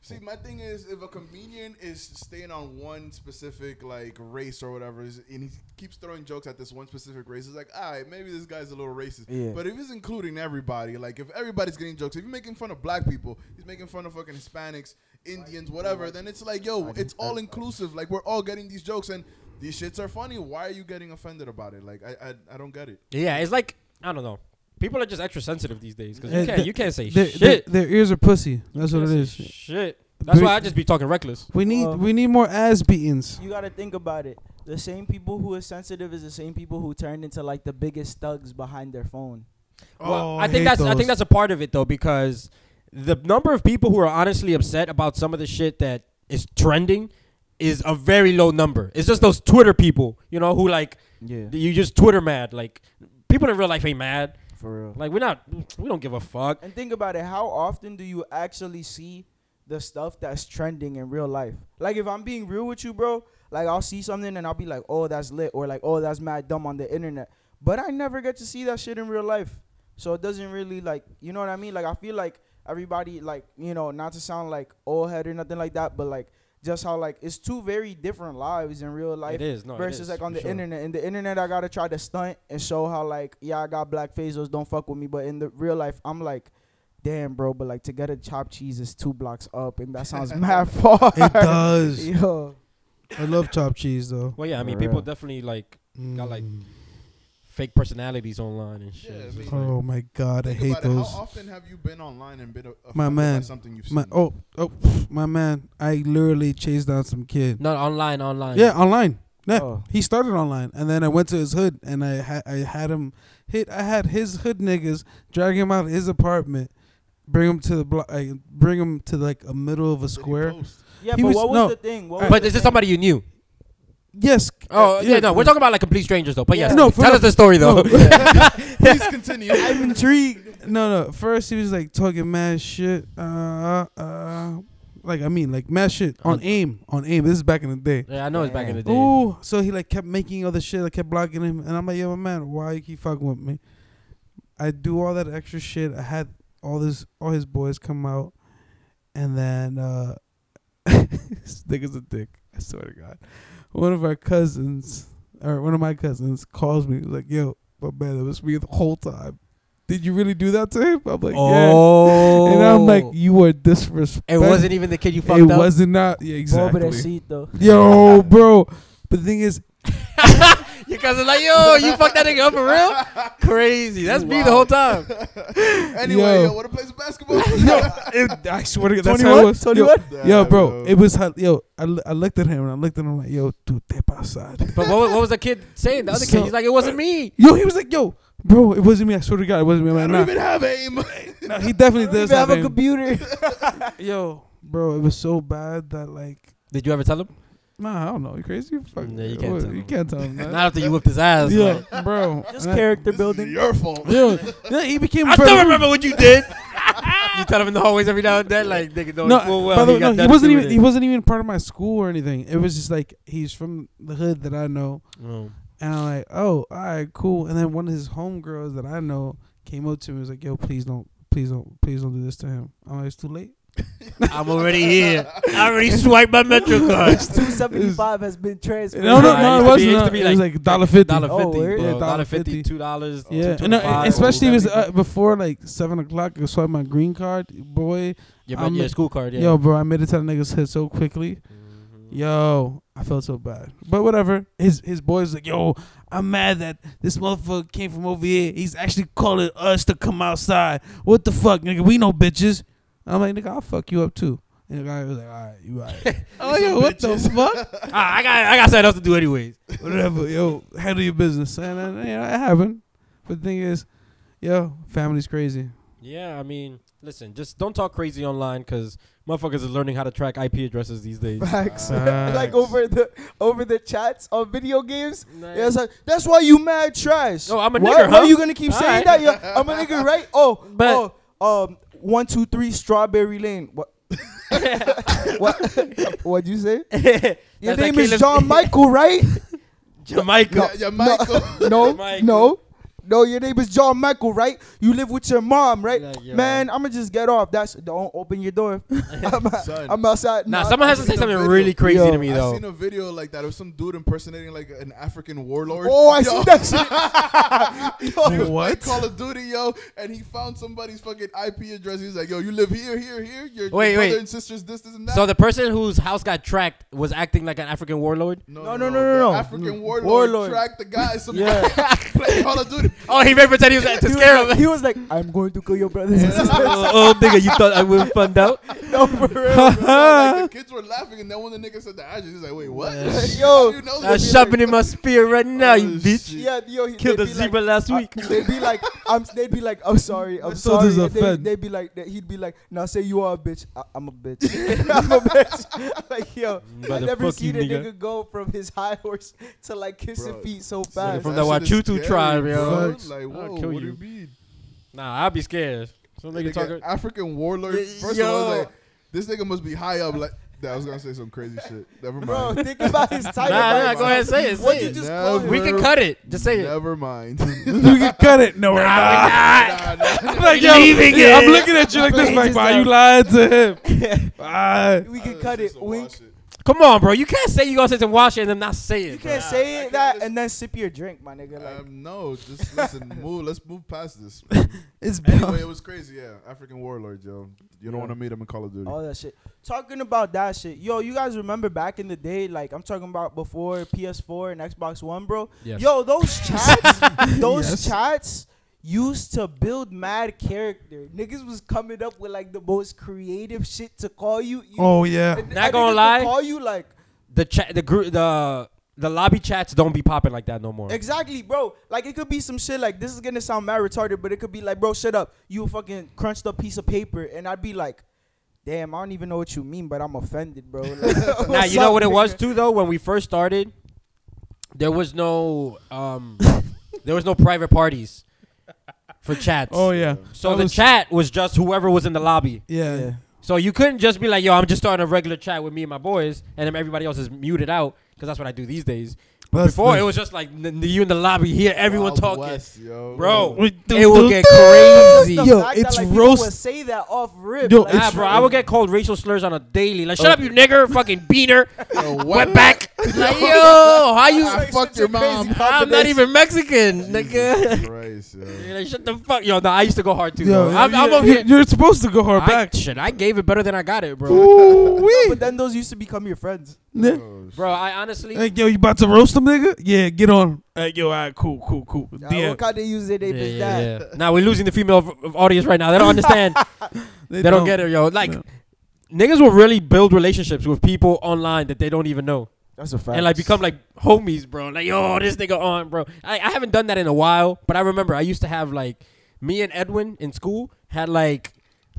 See, my thing is, if a comedian is staying on one specific like race or whatever, is- and he keeps throwing jokes at this one specific race, it's like, all right, maybe this guy's a little racist. Yeah. But if he's including everybody, like if everybody's getting jokes, if you're making fun of black people, he's making fun of fucking Hispanics, Indians, whatever, then it's like, yo, it's all inclusive. Like we're all getting these jokes, and these shits are funny. Why are you getting offended about it? Like I, I, I don't get it. Yeah, it's like I don't know. People are just extra sensitive these days because Uh, you can't th- you can't say their, shit. their, their ears are pussy. That's You what it can't is. say Shit. That's why I just be talking reckless. We need Um, Well- we need more ass beatings. You gotta think about it. The same people who are sensitive is the same people who turned into like the biggest thugs behind their phone. Well, Oh, I think hate that's I those. think that's a part of it though because the number of people who are honestly upset about some of the shit that is trending is a very low number. It's just those Twitter people, you know, who like Yeah, you just Twitter mad. Like people in real life ain't mad. for real. Like we're not we don't give a fuck. And think about it. How often do you actually see the stuff that's trending in real life? Like, if I'm being real with you, bro, like I'll see something and I'll be like, "Oh, that's lit," or like, "Oh, that's mad dumb" on the internet. But I never get to see that shit in real life, so it doesn't really like, you know what I mean? Like, I feel like everybody, like, you know, not to sound like old head or nothing like that, but like, just how like it's two very different lives in real life it is no it versus is, like on for the sure. internet. In the internet, I gotta try to stunt and show how like yeah, I got black facials, don't fuck with me. But in the real life, I'm like, damn, bro. But like to get a chopped cheese is two blocks up, and that sounds mad far. It does. Yo, I love chopped cheese though. Well, yeah, I mean, For people real. definitely like Mm. like- fake personalities online and shit. Yeah, It's I just mean- like- Oh my god, I Think hate about it. those. How often have you been online and been offended My man. by something you've seen? My oh oh my man, I literally chased down some kid. not online, online. Yeah, online. Yeah. Oh. He started online, and then I went to his hood, and I ha- I had him hit. I had his hood niggas drag him out of his apartment, bring him to the block, I bring him to like a middle of a Did he square. post? yeah. He but was- what was no. the thing? What was But the is it thing? somebody you knew? Yes. Oh uh, yeah, no, we're talking about like complete strangers though. But yes, Yeah. No, for tell the- us the story though. Please continue. I'm intrigued. No, no. First, he was like talking mad shit. Uh, uh, like I mean, like mad shit on On- aim, on aim. This is back in the day. yeah, I know it's back in the day. Ooh, so he like kept making other shit. I kept blocking him, and I'm like, yo, my man, why you keep fucking with me? I do all that extra shit. I had all this, all his boys come out, and then uh, this nigga's a dick. I swear to God, one of our cousins or one of my cousins calls me like, yo, my man, it was me the whole time. Did you really do that to him? I'm like, yeah. Oh, And I'm like, you are disrespectful. it wasn't even the kid you fucked It up. wasn't not. Yeah, Boba that exactly. seat though. Yo, bro. But the thing is, Your cousin's like, yo, you fucked that nigga up for real? Crazy. That's me the whole time. anyway, Yo. yo, want to play some basketball? yo, it, I swear to God, that's how it 21? was. 21? Yo, yo, bro, it was hot. Yo, I, l- I looked at him and I looked at him like, yo, dude, te pasad. But what, was- what was the kid saying? The other So- kid, he's like, it wasn't me. Yo, he was like, yo, bro, it wasn't me. I swear to God, it wasn't me. I'm I like, don't nah, even have aim. nah, he definitely does. even have a have him. computer. Yo, bro, it was so bad that like, Did you ever tell him? nah, I don't know. You crazy? Fuck, Nah, you can't what? tell You him. can't tell him that. Not after you whipped his ass. Yeah, like, bro. Just And I- character this is building. your fault. Yo, yeah, he became. I a still brother. remember what you did. you tell him in the hallways every now and then, like, nigga, don't No, full well. by the way, got no, he done wasn't doing even. He wasn't even part of my school or anything. It was just like he's from the hood that I know. it. Oh. And I'm like, oh, all right, cool. And then one of his homegirls that I know came up to me and was like, yo, please don't, please don't, please don't do this to him. I'm like, it's too late. I'm already here. I already swiped my MetroCard. 275 has been transferred. No, no, Nah, it no, it used wasn't. to be- it used uh, to be It was like like dollar fifty. Dollar Oh, fifty, word? Yeah, bro. Dollar $1.50. fifty, two dollars. Yeah, and, uh, especially it was uh, before like seven o'clock. I swiped my green card, boy. your, I'm- your school card. Yeah. um, Yo, Mm-hmm. bro, I made it to the nigga's head so quickly. Yo, I felt so bad, but whatever. His his boys like, yo, I'm mad that this motherfucker came from over here. He's actually calling us to come outside. What the fuck, nigga? We no bitches. I'm like, nigga, I'll fuck you up too. And the guy was like, all right, you all right. oh, yo, what the fuck? Ah, I got I got something else to do anyways. whatever, yo, handle your business. And, uh, you know, it happened. But the thing is, yo, family's crazy. Yeah, I mean, listen, just don't talk crazy online because motherfuckers is learning how to track IP addresses these days. Facts. Facts. like over the over the chats on video games. Yeah, it's like that's why you mad trash. Oh, I'm a what? nigger, Why huh? you gonna keep All right. saying that? Yeah, I'm a nigga, right? Oh, But- oh, um, one, two, three, Strawberry Lane. What? what? What'd you say? Your That's like name is Caleb's- John Michael, right? Jamaica. Yeah, yeah, Michael. No, Michael. no, no. Your name is John Michael, right? You live with your mom, right? Like, yo. Man, I'm gonna just get off. That's don't open your door. I'm, Son. I'm outside. Nah, now. someone has to say I've seen a something video. really crazy Yo, to me I though. seen a video like that of some dude impersonating like an African warlord. Oh, I Yo, see that shit. He was playing What? Call of Duty, yo, and he found somebody's fucking IP address. He's like, yo, you live here, here, here. Your, Wait, your wait. brother and sisters, this, this, and that. So the person whose house got tracked was acting like an African warlord. No, no, no, no, The no. Mm, African warlord, Warlord. tracked the guy. Some Yeah. playing Call of Duty. Oh, he made pretend he was to He was scare like- him. He was like, "I'm going to kill your brothers and sisters." oh, nigga, you thought I would find out? no, for real. like, the kids were laughing, and then when the nigga said the address, he's like, wait, what? Yo, you know I'm this? shopping in my spear right now, you Oh, bitch. shit. Yeah, yo, he, Killed they'd a be like- zebra last I- week. Uh, they'd be like, I'm, they'd be like, I'm sorry, I'm This sorry. soldier's And They, offended. they'd be like, that- he'd be like, now say you are a bitch. I, I'm a bitch. I'm a bitch. like yo, I Motherfuck never you, seen a nigga. nigga go from his high horse to like kissing Bro. feet so fast. from That the shit is Wachutu scary, tribe, bro. yo. Like, whoa, I'll what kill do you. you mean? Nah, I'd be scared. Some nigga Nigga, talking. African warlord. Yeah, First of yo. all, I was like, this nigga must be high up. Like, that I was gonna say some crazy shit. Never Bro, mind. think about his title. Nah, like, nah, go ahead, say it, say What'd you it. just call him? We can cut it. Just say it. Never mind. you can cut it. No, we're not. Nah, nah. I'm like, We're yo, leaving yeah, I'm it. looking at you like this, He like, just why said- you lied to him? Why? We I can was cut gonna it. say some wild Wink. shit. Come on, bro. You can't say you gonna say some wash and then not say it. You bro. can't I say can it that understand. and then sip your drink, my nigga. Like, Um, no, just listen. move. Let's move past this. It's Anyway, it was crazy. Yeah, African warlord, yo. You don't want to meet him in Call of Duty. all that shit. Talking about that shit, yo, you guys remember back in the day? Like I'm talking about before PS4 and Xbox One, bro. Yes. Yo, those chats, those Yes. chats used to build mad character. Niggas was coming up with like the most creative shit to call you. you Oh yeah. and- Not and gonna niggas would lie. call you like The chat, the group, the the lobby chats don't be popping like that no more. exactly, bro. Like it could be some shit like this is gonna sound mad retarded, but it could be like, bro, shut up. You a fucking crunched up piece of paper, and I'd be like. Damn, I don't even know what you mean, but I'm offended, bro. Like, Now you know what it was too though. When we first started, there was no um, there was no private parties for chats. Oh yeah. So That the was- chat was just whoever was in the lobby. Yeah. Yeah. So you couldn't just be like, "Yo, I'm just starting a regular chat with me and my boys," and then everybody else is muted out because that's what I do these days. But that's Before the- it was just like n- you in the lobby, hear everyone Wild talking, West, yo. bro. We- it do- do- will get do. crazy. The Yo, fact it's that, like, people roast- Would say that off rip. Yo, like, Nah, It's- bro, I would get called racial slurs on a daily. Like, shut Oh. up, you nigger, fucking beater, Yo, what- wetback. Like, yo, how you? I Such fucked a your crazy mom. I'm not even Mexican, Jesus nigga. Christ, yo. You're like, shut the fuck, yo. No, I used to go hard too. Yo, though. I'm, I'm you- over here. You're supposed to go hard I, back. shit, I gave it better than I got it, bro. Ooh wee. But then those used to become your friends. Yeah. Oh, Bro, I honestly, Like, yo, you about to roast them, nigga? Yeah, get on. 'em. Like, yo, all right, cool, cool, cool. Yeah. Yeah. Look how they use it, they bitch that. Now we're losing the female v- v- audience right now. They don't understand. they don't, get it, yo. Like No. niggas will really build relationships with people online that they don't even know, That's a fact. and like become like homies, bro. Like yo, this nigga on, bro. I, I haven't done that in a while, but I remember I used to have like me and Edwin in school had like.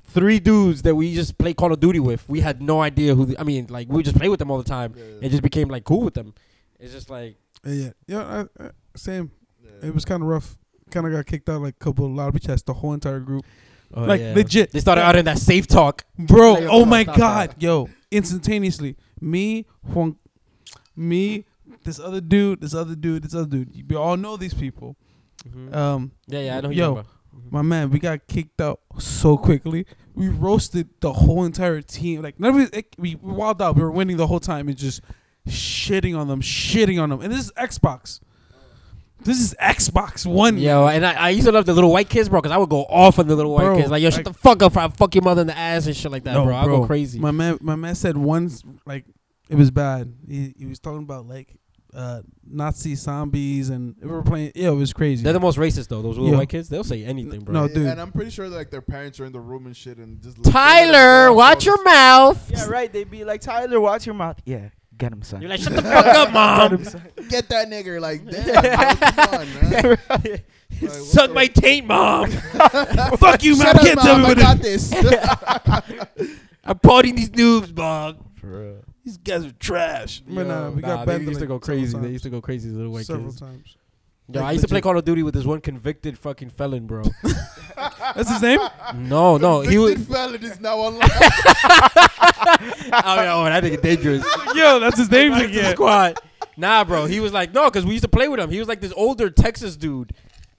Three dudes that we just play Call of Duty with. We had no idea who. The, I mean, like we just play with them all the time. Yeah. and just became like cool with them. It's just like Yeah. Yeah. I, I, same. Yeah. It was kind of rough. Kind of got kicked out like a couple of lobby chats. The whole entire group. oh, like yeah. legit. They started out in that safe talk. Bro, Like, oh no, my stop god, that. yo! Instantaneously, me, Juan, me, this other dude, this other dude, this other dude. You all know these people. Um, yeah, yeah, I know. who yo. you're my man, we got kicked out so quickly. We roasted the whole entire team. Like nobody, it, we wild out. We were winning the whole time and just shitting on them, shitting on them. And this is Xbox. This is Xbox One. Yo, and I, I used to love the little white kids, bro, because I would go off on the little white Bro, kids. Like, yo, shut like- the fuck up, or I'll fuck your mother in the ass and shit like that, No, bro. I'll go bro. crazy. My man, my man said once, like it was bad. He, he was talking about like uh, Nazi zombies, and we were playing. Yeah, it was crazy. They're the most racist, though, those little Yo. white kids. They'll say anything, bro. No, Yeah, dude. And I'm pretty sure like their parents are in the room and shit and just Tyler, watch your mouth. Yeah, right. They'd be like, Tyler, watch your mouth. Yeah, get him, son. You're like, shut the fuck up, mom. Get that nigga like that. come on, man. Like, what Suck the- my taint, mom. fuck you, man. Shut I can't up, tell mom. me I what got it- this. I'm partying these noobs, mom. these guys are trash. But nah, we got they banned used to like go several crazy. They times. used to go crazy, these little white several kids. times. Yo, Like, I used to play legit. Call of Duty with this one convicted fucking felon, bro. That's his name. no, no, Oh, he was. Convicted felon is now alive. I mean, oh, that nigga dangerous. Yo, that's his name Back to the again. squad. Nah, bro. He was like, no, because we used to play with him. He was like this older Texas dude.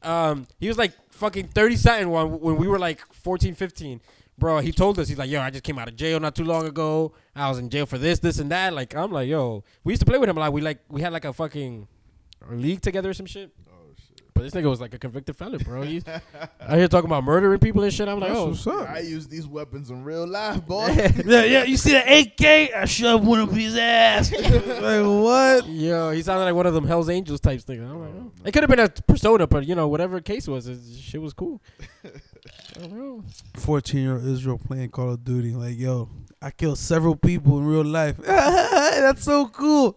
Um, he was like fucking 30 something when, when we were like 14, 15. Bro, he told us, he's like, yo, I just came out of jail not too long ago. I was in jail for this, this, and that. Like, I'm like, yo, we used to play with him. Like, we like, we had like a fucking league together or some shit. Oh, But this nigga was like a convicted felon, bro. He's out here talking about murdering people and shit. I'm like, That's oh, what's up. I use these weapons in real life, boy. yeah, yeah. You see the AK? I shoved one up his ass. like what? Yo, he sounded like one of them Hell's Angels types things. I'm like, oh. It could have been a persona, but you know, whatever case was, it, shit was cool. I don't know. Fourteen-year-old Israel playing Call of Duty. Like, yo, I killed several people in real life. That's so cool.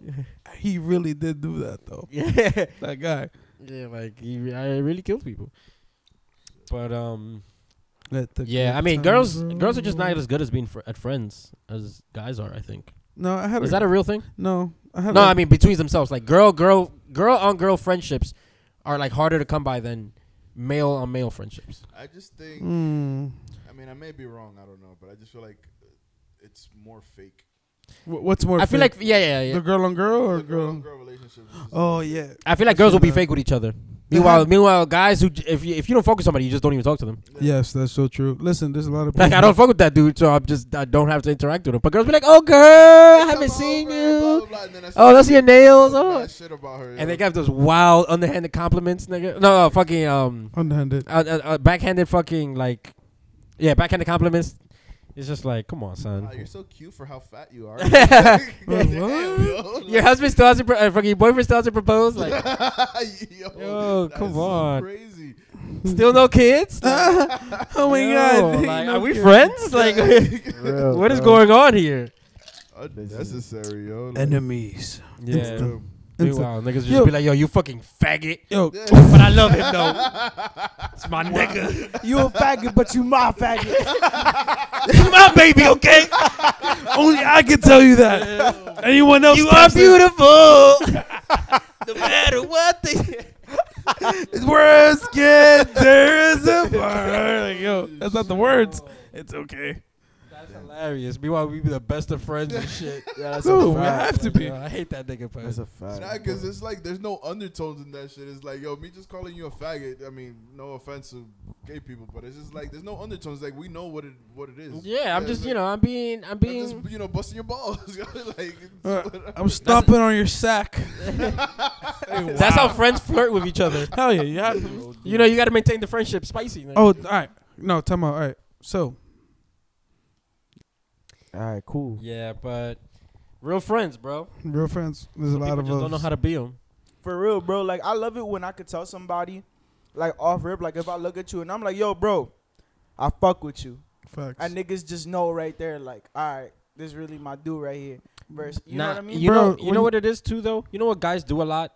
He really did do that though. yeah, That guy. yeah, like he, I really killed people. But um, That took yeah, me I mean, time, girls, bro. girls are just not as good as being fr- at friends as guys are. I think No, I had is that a real thing? no. I had No, a- I mean between themselves, like girl, girl, girl on girl friendships are like harder to come by than male on male friendships. I just think. Mm. I mean, I may be wrong. I don't know, but I just feel like uh, it's more fake. Wh- What's more? I feel like fake? yeah, yeah, yeah. the girl on girl or The girl. on- girl relationships. is- Oh yeah. I feel like I girls feel will be that. fake with each other. They Meanwhile, have- meanwhile, guys who j- if you, if you don't fuck with somebody, you just don't even talk to them. Yes, that's so true. Listen, there's a lot of people. Like I don't fuck with that dude, so I'm just I don't have to interact with him. But girls be like, "Oh, girl, I Come haven't seen over, blah, you. blah, blah, and then I Oh, start those are your nails. talking Oh." mad shit about her. And yo. they got those wild underhanded compliments, nigga. No, no fucking um, Unhanded. uh, uh, uh, backhanded fucking like, yeah, backhanded compliments. It's just like, come on, Wow, son. you're so cute for how fat you are. Damn, What? yo, Your like- husband still hasn't, pro- uh, fucking your boyfriend still hasn't proposed. Like, yo, Yo, that's come so on. crazy. still no kids. Oh my Yo, god. Like, No are we kid. friends? Like, what is going on here? Unnecessary, yo. like- Enemies. Yeah. It's the into- Meanwhile, niggas just Yo. be like, yo, you fucking faggot. Yo, But I love him though. It's my nigga. You a faggot, but you my faggot. It's my baby, okay? only I can tell you that. Anyone else? You are types it- beautiful. no matter what they. Words get there is a bar. Like, yo, that's not the words. It's okay. That's hilarious. Meanwhile, we be the best of friends and shit. Yeah, that's Dude, we have to be. Yo, I hate that nigga. Person. a fact. Nah, cause it's like there's no undertones in that shit. It's like, yo, me just calling you a faggot. I mean, no offense to gay people, but it's just like there's no undertones. Like we know what it what it is. Yeah, I'm it's just like- you know I'm being I'm I'm being just you know busting your balls. like it's Uh, whatever. I'm stomping on your sack. that's how friends flirt with each other. Hell yeah, you have to. You know you got to maintain the friendship spicy. Like. Oh, all right. No, tell me. All right. So, All right, cool. yeah, but real friends, bro. real friends, there's a People lot of just us. don't know how to be them. For real, bro. Like I love it when I could tell somebody, like off rip. Like if I look at you and I'm like, yo, bro, I fuck with you. Facts. And niggas just know right there, like, all right, this really my dude right here. Verse, you know what I mean? You Bro, know, you when- know what it is too, though. You know what guys do a lot.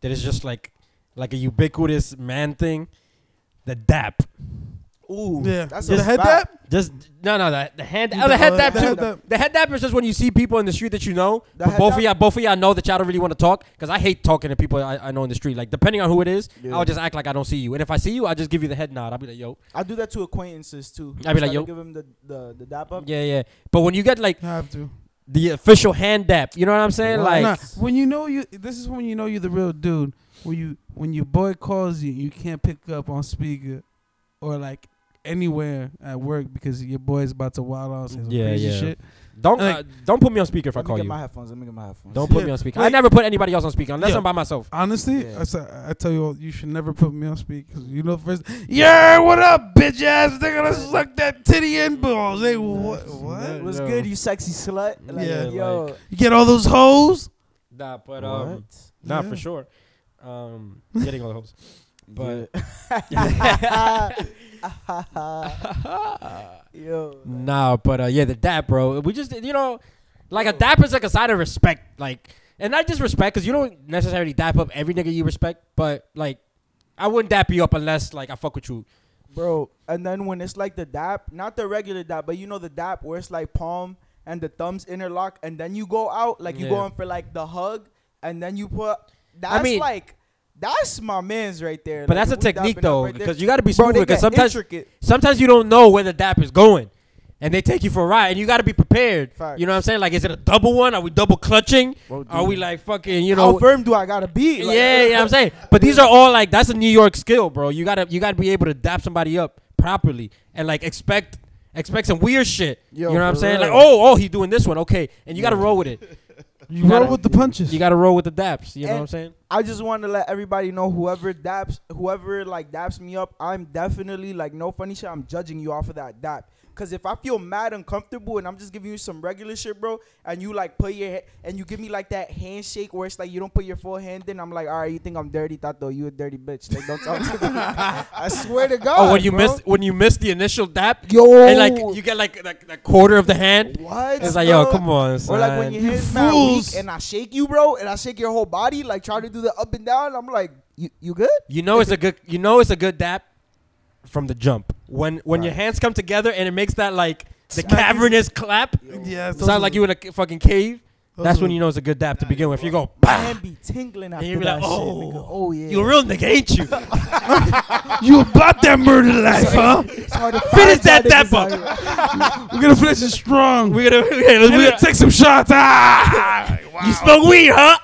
That is just like, like a ubiquitous man thing. The dap. Ooh, yeah. that's the a head fact. dap. Just no, no, the, the hand, The- oh, the head uh, dap the too. head The, dap. head dap is just when you see people in the street that you know, The but head both of dap- y'all, both of y'all know that y'all don't really want to talk. Cause I hate talking to people I, I know in the street. Like depending on who it is, Yeah. I'll just act like I don't see you. And if I see you, I'll just give you the head nod. I'll be like, yo, I do that to acquaintances too. I'd be like, Try to yo. give him the the the dap up. yeah, yeah. But when you get like I have to. the official hand dap, you know what I'm saying? Like, Nah, when you know you, this is when you know you're the real dude. When you when your boy calls you, you can't pick up on speaker, or like anywhere at work because your boy's about to wild out and say some Yeah, crazy yeah. shit. don't Like- uh, don't put me on speaker if I Let me call get you. my headphones. Let me get my headphones. Don't put Yeah. me on speaker. I Wait. never put anybody else on speaker unless Yeah. I'm by myself. Honestly, Yeah. I, s- I tell you, all, you should never put me on speak 'cause you know first. Yeah, what up, bitch ass? They're gonna suck that titty and balls. They what? It What? was No. good, you sexy slut. Like, Yeah. yo. You get all those hoes? Nah, but What? um, nah, Yeah. for sure. Um, getting all the hopes. But yo. Nah, but uh, yeah, the dap, bro. We just you know, like a dap is like a sign of respect, like, and not just respect, cause you don't necessarily dap up every nigga you respect, but like, I wouldn't dap you up unless like I fuck with you. Bro, and then when it's like the dap, not the regular dap, but you know the dap where it's like palm and the thumbs interlock, and then you go out, like you Yeah. going for like the hug, and then you put. That's mean- like, that's my man's right there. But Like, that's a if we technique dapping up though, right there- because you got to be Bro, smooth. they Because get sometimes, intricate. sometimes you don't know where the dap is going, and they take you for a ride, and you got to be prepared. Facts. You know what I'm saying? Like, is it a double one? Are we double clutching? Are we like fucking? You know, How firm do I gotta be? Like, yeah, yeah, I'm saying. But these are all like that's a New York skill, bro. You gotta you gotta be able to dap somebody up properly and like expect expect some weird shit. Yo, you know what I'm for saying? real. Like, oh, oh, he doing this one, okay. And you gotta roll with it. You gotta- roll with the punches. You gotta roll with the daps. You know what I'm And- saying? I just want to let everybody know whoever daps, whoever like daps me up, I'm definitely like no funny shit. I'm judging you off of that dap. Cause if I feel mad uncomfortable and I'm just giving you some regular shit, bro, and you like put your he- and you give me like that handshake where it's like you don't put your full hand in, I'm like, all right, you think I'm dirty, Tato? You a dirty bitch? Like don't talk to me. I swear to God. oh, when you bro. miss when you miss the initial dap, yo, and like you get like like the quarter of the hand. what? It's like, yo, bro? come on, Or son. like when your You hands mad fools. weak and I shake you, bro, and I shake your whole body, like try to do the up and down. I'm like, you you good? You know it's a good you know it's a good dap from the jump. When when your Right. hands come together and it makes that like the Smack. cavernous clap. Yeah, those are- Sound like you in a c- fucking cave. those That's are- when you know it's a good dap to begin with. You go, bah, Man be tingling after and you be that like, shit, nigga. oh, Oh yeah. you a real nigga, ain't you? You about that murder life, huh? It's hard to Finish find that y'all niggas dap up. out here. We're gonna finish it strong. We're gonna, we're gonna, We're we're gonna gonna take some shots. Ah! Wow. you smoke weed, huh?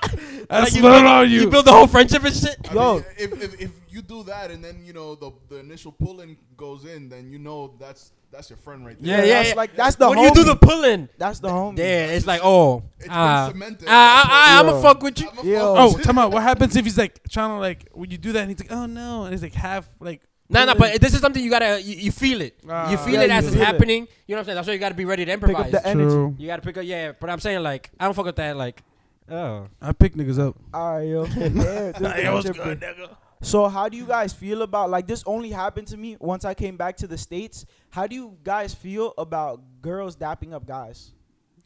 I Like, you smell it build- on you. You build the whole friendship and shit. I Yo. mean, if, if if you do that and then you know the the initial pulling goes in, then you know that's that's your friend right there. Yeah, yeah, that's yeah. Like that's the when homie. you do the pulling, that's the homie. there, it's like, oh, It's ah, been cemented. ah, I'm gonna Yeah. fuck with you. I'm a Yo. fuck- oh, tell me what happens if he's like trying to like when you do that and he's like, oh no, and he's like half like. Nah, nah, but this is something you gotta, you, you feel it. you Ah. feel Yeah, it you as it's feel it. happening. You know what I'm saying? That's why you gotta be ready to Pick up improvise. the energy. True. you gotta pick up, yeah. But I'm saying, like, I don't fuck with that, like, oh. I pick niggas up. All right, yo. Yeah, this Hey, nigga what's tripping. good, nigga? So how do you guys feel about like this? Only happened to me once I came back to the states. How do you guys feel about girls dapping up guys?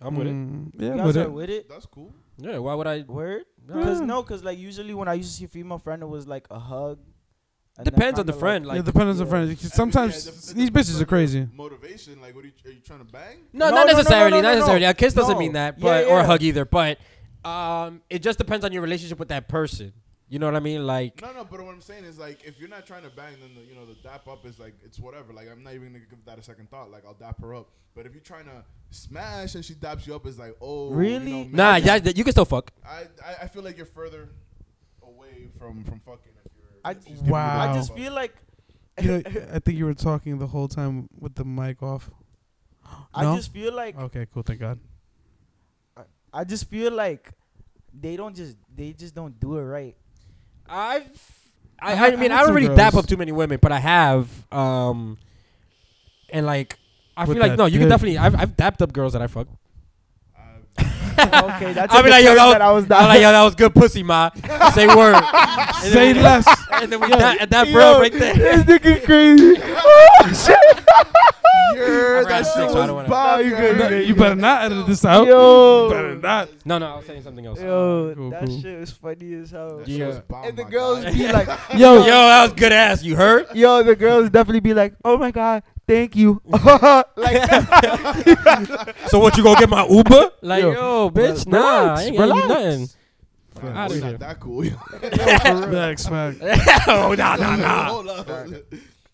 I'm with it. Mm, You Yeah, guys with are it. with it. That's cool. Yeah, why would I? Word? No. Because no, because like usually when I used to see a female friend, it was like a hug. and then uh, Depends on kinda the friend. yeah, Like, dependence on yeah. friends. 'cause Sometimes Yeah, the- these the- bitches are crazy. Motivation, like, what are you, are you trying to bang? no, not No, no, no, no, necessarily, no, not no, necessarily. no. A kiss doesn't No. mean that, Yeah, but or a yeah. hug either. But um, it just depends on your relationship with that person. You know what I mean? Like, No, no, but what I'm saying is like if you're not trying to bang, then the, you know the dap up is like it's whatever. Like I'm not even gonna give that a second thought. Like I'll dap her up. But if you're trying to smash and she daps you up, it's like oh Really? You know, nah, man, yeah, you can still fuck. I, I I feel like you're further away from from fucking. If you're, I- if she's giving you Wow. the I dap just up. feel like. You know, I think you were talking the whole time with the mic off. I No? just feel like Okay, cool. Thank God. I just feel like they don't just they just don't do it right. I've. I I, had- I mean, I had I don't some really dap girls. up too many women, but I have. Um, and like, I With feel like that no, you can dick. definitely. I've, I've dapped up girls that I fucked. I've- okay, that's I'll a be like, good yo, that was, term that I was I'm down. like, yo, that was good pussy, ma. Say word. And Say then we- less. And then we that, and that bro right there. This nigga crazy. You're, I'm that rather shit sick, so I don't wanna- was bomb, You girl. good, No, you better not edit this out. Yo. Better not. No, no, I was saying something else. Yo, Yo, Cool, that cool. shit is funny as hell. That shit was Yeah. bomb, and the Oh my girls guy. be like, yo, that was good ass. You heard? yo, the girls definitely be like, oh my god, thank you. like, So what? You gonna get my Uber? Like, yo, Yo, bitch, relax, nah, I ain't gonna give you relax. nothing. Nah, outta we're here. not that cool. Relax, man. oh, nah, nah, nah. Hold up. I think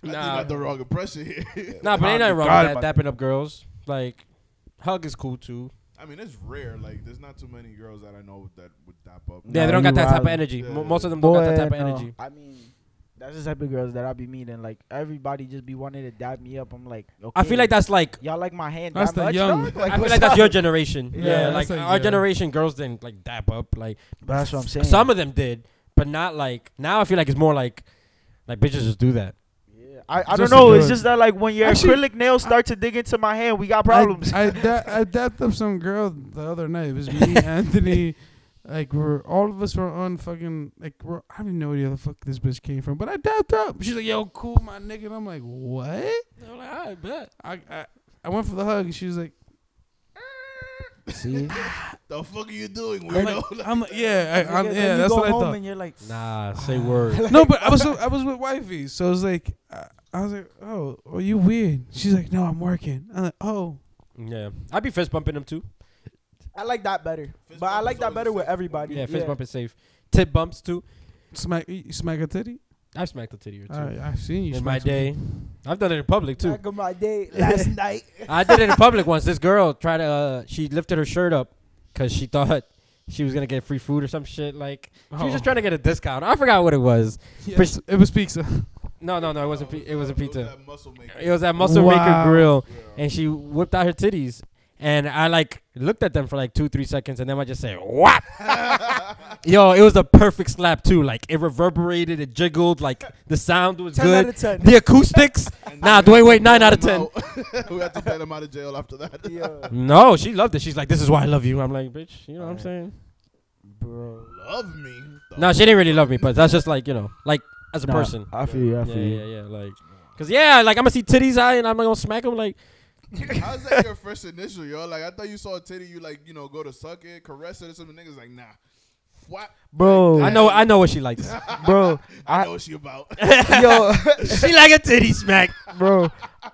I Nah. had the wrong impression here. Nah, but ain't nothing wrong God, with that. Dapping up girls, like, hug is cool too. I mean, it's rare. Like, there's not too many girls that I know that would dap up. Yeah, Nah, they don't you got that type of wild. energy. Yeah. Mo Most of them don't got that type of Bueno. energy. I mean, that's the type of girls that I be meeting. Like everybody just be wanting to dab me up. I'm like, okay. I feel like that's like. y'all like my hand. That's that the much, young- dog? I feel what's like that's your up? generation. Yeah, Yeah, that's like like, our yeah. generation, girls didn't like dap up. Like That's what I'm saying. some of them did, but not like now. I feel like it's more like, like bitches just do that. Yeah, I, I Just don't know. to do It's it. just that like when your Actually, acrylic nails start to dig into my hand, we got problems. I, I, da- I dapped up some girl the other night. It was me, Anthony. Like we're all of us were on fucking like we're, I don't even know where the other fuck this bitch came from, but I dapped up. She's like, "Yo, cool, my nigga," and I'm like, "What?" I'm like, I bet. I I, I went for the hug, and she was like, See, The fuck are you doing, I'm weirdo? like, I'm like, yeah, I, Nigga, I'm, then yeah, you that's go what I home thought. And you're like, nah, say word. No, but I was I was with wifey, so it was like I, I was like, oh, are you weird? She's like, no, I'm working. I'm like, oh, yeah, I'd be fist bumping them too. I like that better, Fist but I bump is like that always better the with safest everybody. Yeah, fist bump is safe. Tip bumps too. smack you smack a titty. I've smacked a titty or two I, I've seen you in smack my some day. I've done it in public too. Back of my day last night. I did it in public once. This girl tried to. Uh, she lifted her shirt up because she thought she was gonna get free food or some shit. Like she was just Oh. trying to get a discount. I forgot what it was. Yeah, Pres- it was pizza. No, no, no. It wasn't. No, Pi- it wasn't pizza. that muscle maker. It was that Muscle Wow. Maker Grill, Yeah. and she whipped out her titties. And I like looked at them for like two, three seconds, and then I just said, "What?" Yo, it was the perfect slap too. Like it reverberated, it jiggled, like the sound was Ten out good. of ten. The acoustics. And Nah, then we Dwayne, had wait, to nine bail out of him out. we have to get him out of jail after that. Yeah, no, she loved it. She's like, "This is why I love you." I'm like, "Bitch," you know what I'm saying? bro. Love me. The No, she didn't really love me, but that's just like you know, like as a Nah, person. I feel you. I yeah, feel you. yeah, yeah, like, cause yeah, like I'm gonna see titties eye and I'm gonna smack him. Like, fuck? How's that your first initial, yo? Like, I thought you saw a titty, you like, you know, go to suck it, caress it, or something. Niggas like, nah. What? Bro, I know, I know what she likes. bro. I I know what she about. yo, she like a titty smack. bro,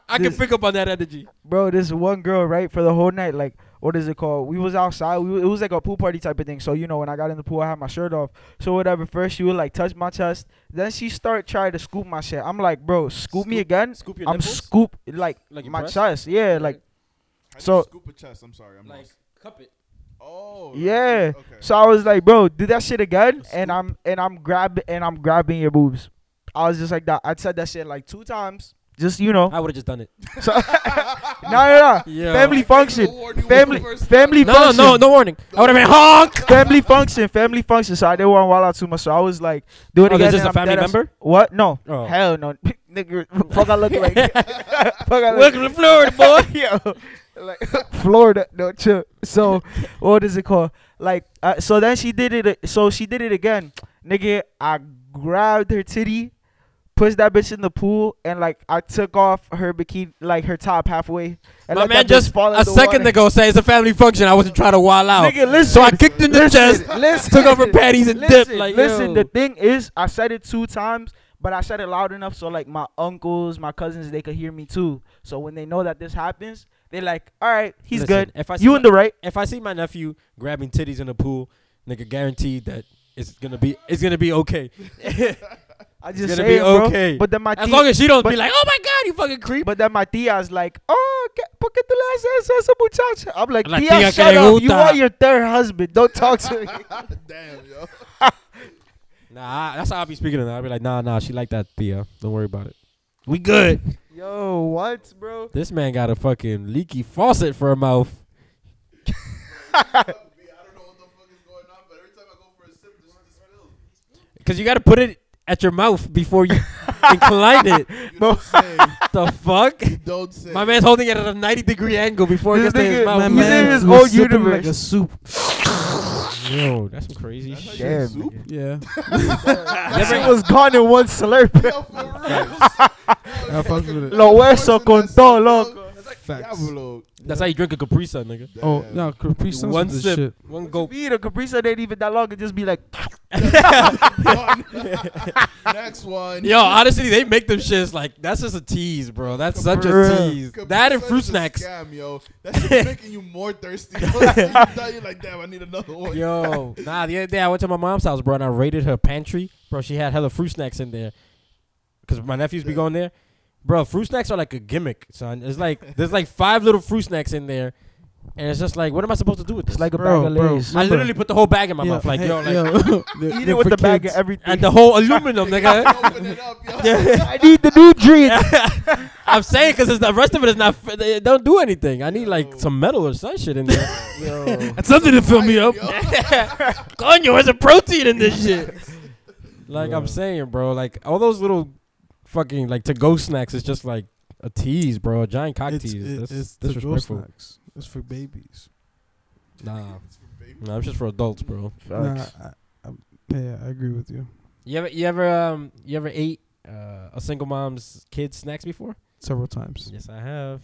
I can This- pick up on that energy. bro. This one girl, right, for the whole night, like. What is it called? We was outside. We wa- it was like a pool party type of thing. So you know, when I got in the pool, I had my shirt off. So whatever. First, she would like touch my chest. Then she start trying to scoop my shit. I'm like, bro, scoop, me Scoop- again. Scoop your I'm nipples. scoop like, Like your my breast? chest. Yeah, like How do So- you scoop a chest. I'm sorry. I'm like lost. cup it. Oh. like, Yeah. Okay. So I was like, bro, do that shit again, and I'm and I'm grab and I'm grabbing your boobs. I was just like that. I said that shit like two times, just you know. I would have just done it. So no, no, no. Yeah. I Family gave you a function, warning when family, you first family No, no, function, no, no warning. I would have been honk. family function, family function. So I didn't want to wild out too much. So I was like, do it Oh, again. this is and a I'm family dead ass- member. What? No. Oh. Hell no, nigga. Fuck, I look like. fuck, I look. Welcome to Florida, boy. Yo, like Florida, no chill. So, what is it called? Like, uh, so then she did it. So she did it again, nigga. I grabbed her titty, pushed that bitch in the pool, and like I took off her bikini, like her top halfway. My And man let that bitch just fall in a the second water. ago said it's a family function. I wasn't trying to wild out. Nigga, listen. so I kicked in the chest, listen, took off her panties, and listen, dipped. Like, listen, yo. the thing is, I said it two times, but I said it loud enough so like my uncles, my cousins, they could hear me too. So when they know that this happens, they're like, "All right, he's Listen, good. If I see You my- in the right." if I see my nephew grabbing titties in the pool, nigga, guaranteed that it's gonna be it's gonna be okay. I just gonna say be it, bro. okay. But then my as tia- long as she don't be but- like, oh my god, you fucking creep. but then my tia's like, "Oh, que, por qué tú le haces eso a esa muchacha?" I'm like, La "Tia, tía que shut le up. You gusta." are your third husband. Don't talk to me." Damn, yo. nah, I- that's how I be speaking to her. I be like, nah, nah, she like that, Thea. Don't worry about it. We good. Yo, what, bro? This man got a fucking leaky faucet for a mouth. I don't know what the fuck is going on, but every time I go for a sip, this is spilled. Cause you gotta put it at your mouth before you incline it. You don't say. The fuck? Don't say. My man's holding it at a 90 degree angle before it This gets to his nigga- My mouth. He's man Oh, in his was own sipping universe. like a soup. Yo, that's some crazy That's how you shit. Damn. get soup? Yeah, That shit was gone in one slurp. Yo, for real. I fucks with it. Lo hueso con todo, loco. facts. Diablo. That's how you drink a Capri Sun, nigga. Oh Damn. no, Capri Sun's one with this sip, shit. one gulp. Me, the Capri Sun ain't even that long. It just be like, Done. Next one. Yo, honestly, they make them shits like that's just a tease, bro. That's such a Bruh. tease. Capri That and Sun fruit is a snacks. Scam, yo. That shit's making you more thirsty. You're like, damn, I need another one. Yo, nah. The other day I went to my mom's house, bro, and I raided her pantry, bro. She had hella fruit snacks in there, cause my nephews be Yeah. going there, bro. Fruit snacks are like a gimmick, son. It's like there's like five little fruit snacks in there, and it's just like, what am I supposed to do with this? it's like a Bro, bag of bro. Lay's. I literally put the whole bag in my mouth, like hey, yo, like yo. Eat They're it with for the bag of kids. everything. and the whole aluminum, nigga. Open it up, yo. I need the nutrients. I'm saying because the rest of it is not. f- It don't do anything. I need like some metal or some shit in there. Yo, That's something to fill me up. Coño, there's a protein in this shit. Like I'm saying, bro. Like all those little fucking like to go snacks is just like a tease, bro. A giant cock It's, tease. it, That's it's the girl disrespectful. snacks. It's for babies. Nah, nah, it's just for adults, bro. Nah, I, I, yeah, I agree with you. You ever, you ever, um, you ever ate uh, a single mom's kid snacks before? Several times. Yes, I have.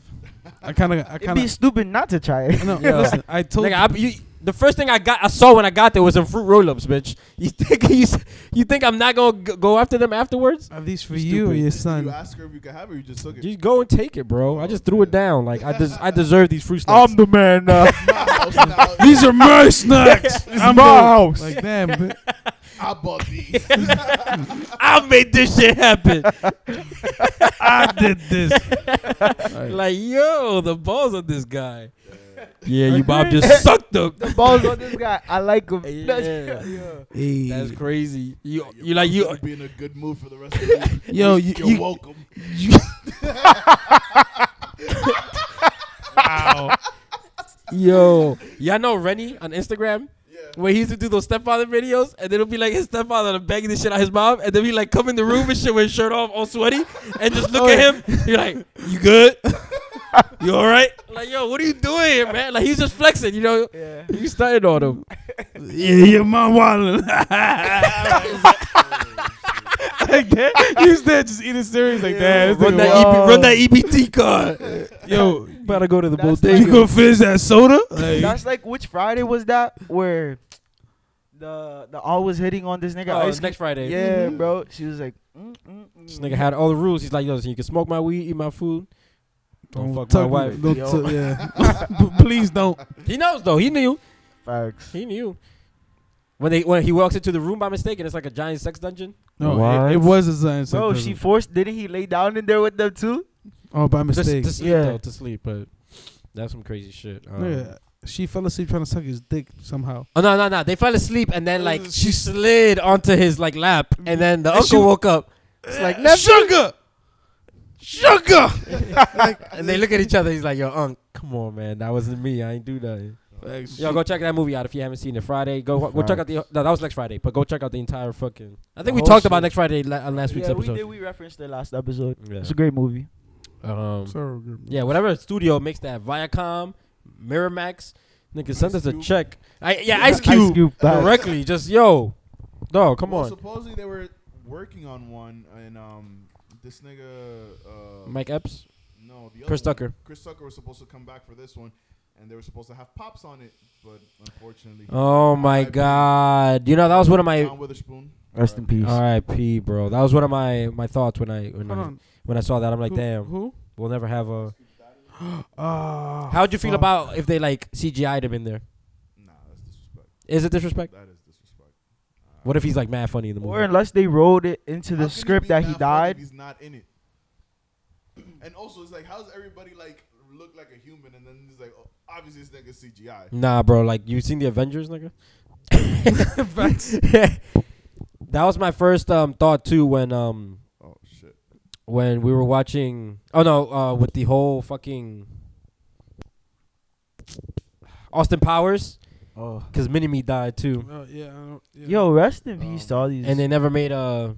I kind of, I it'd kind be of. stupid not to try it. No, Yeah. listen. I told. Nigga, I, you, the first thing I got, I saw when I got there was some fruit roll-ups, bitch. You think you, s- you think I'm not gonna g- go after them afterwards? At least for you and You stupid. your You son. ask her if you can have it, or you just took it. You go and take it, bro. I just threw it down. Like I des- I deserve these fruit snacks. I'm the man now. My house now. These are my snacks. It's my house. Like damn, bi- I bought these. I made this shit happen. I did this. Alright. like yo, the balls on this guy. Yeah, you Bob just sucked up. the balls on this guy. I like him. Yeah. Hey. That's crazy. You you like You'll you be in a good mood for the rest of the week. Yo, you- you, are you- welcome. yo. Y'all know Rennie on Instagram. Yeah. Where he used to do those stepfather videos, and it'll be like his stepfather begging the shit out of his mom, and then he like come in the room and shit with his shirt off, all sweaty, and just look at him. You're like, you good? You all right? Like, yo, what are you doing here, man? Like, he's just flexing, you know. Yeah. You started on him. Yeah, your mom wildin'. like that, you there just eating cereals like that. This Run nigga that, wild. EB, run that EBT card. Yo, Better go to the That's bodega. you gonna finish that soda? Like, That's like which Friday was that where the the all was hitting on this nigga? Oh, ice it's next Friday. cream? Yeah, bro. She was like, mm, mm, This mm. nigga had all the rules. He's like, yo, so you can smoke my weed, eat my food. Don't fuck my tuck- wife. Don't Yo. tuck- yeah. But please don't. He knows though. He knew. facts. He knew. When they when he walks into the room by mistake and it's like a giant sex dungeon. No, it, it was a science. Bro, sarcasm. she forced. Didn't he lay down in there with them too? oh, by Just mistake. to sleep Yeah. though, to sleep, but that's some crazy shit. Um, Nigga, she fell asleep trying to suck his dick somehow. Oh no no no! They fell asleep and then like she slid onto his like lap and then the And she- uncle woke up. It's like nephew. sugar, sugar. and they look at each other. He's like, yo, unc, come on, man, that wasn't me. I ain't do nothing. Yo, go check that movie out if you haven't seen it. Friday, go go check out the. No, that was next Friday, but go check out the entire fucking. I The think we whole talked about shit. next Friday la- on last week's yeah, we episode. did. We referenced the last episode. yeah. It's a great movie. Um, So good. yeah, whatever studio makes that Viacom, Miramax, nigga, send us a Cube. check. I yeah, Ice Cube, Ice Cube, facts. directly. Just yo, dog, come well, on. Supposedly they were working on one, and um, this nigga, uh, Mike Epps. no, the other Chris one. Tucker. Chris Tucker was supposed to come back for this one, and they were supposed to have pops on it, but unfortunately, Oh my R.I.P. God! You know that was one of my John Witherspoon. Rest in R.I.P. peace. R.I.P. Bro, that was one of my my thoughts when I when Hold I, on. when I saw that. I'm like, who, damn, Who? we'll never have a. Oh, How'd you feel fuck. about if they like CGI'd him in there? Nah, that's disrespect. Is it disrespect? That is disrespect. Uh, What if he's like mad funny in the Or movie? unless they rolled it into how the can it script be that not he funny if died. He's not in it. And also, it's like, how's everybody like look like a human, and then it's like, oh, obviously this nigga CGI. Nah, bro. Like you seen the Avengers, nigga? that was my first um thought too when um Oh shit. when we were watching. Oh no, uh, with the whole fucking Austin Powers, Oh. because Mini Me died too, Oh, yeah, I don't, yeah. Yo, rest in Um, peace to all these. and they never made a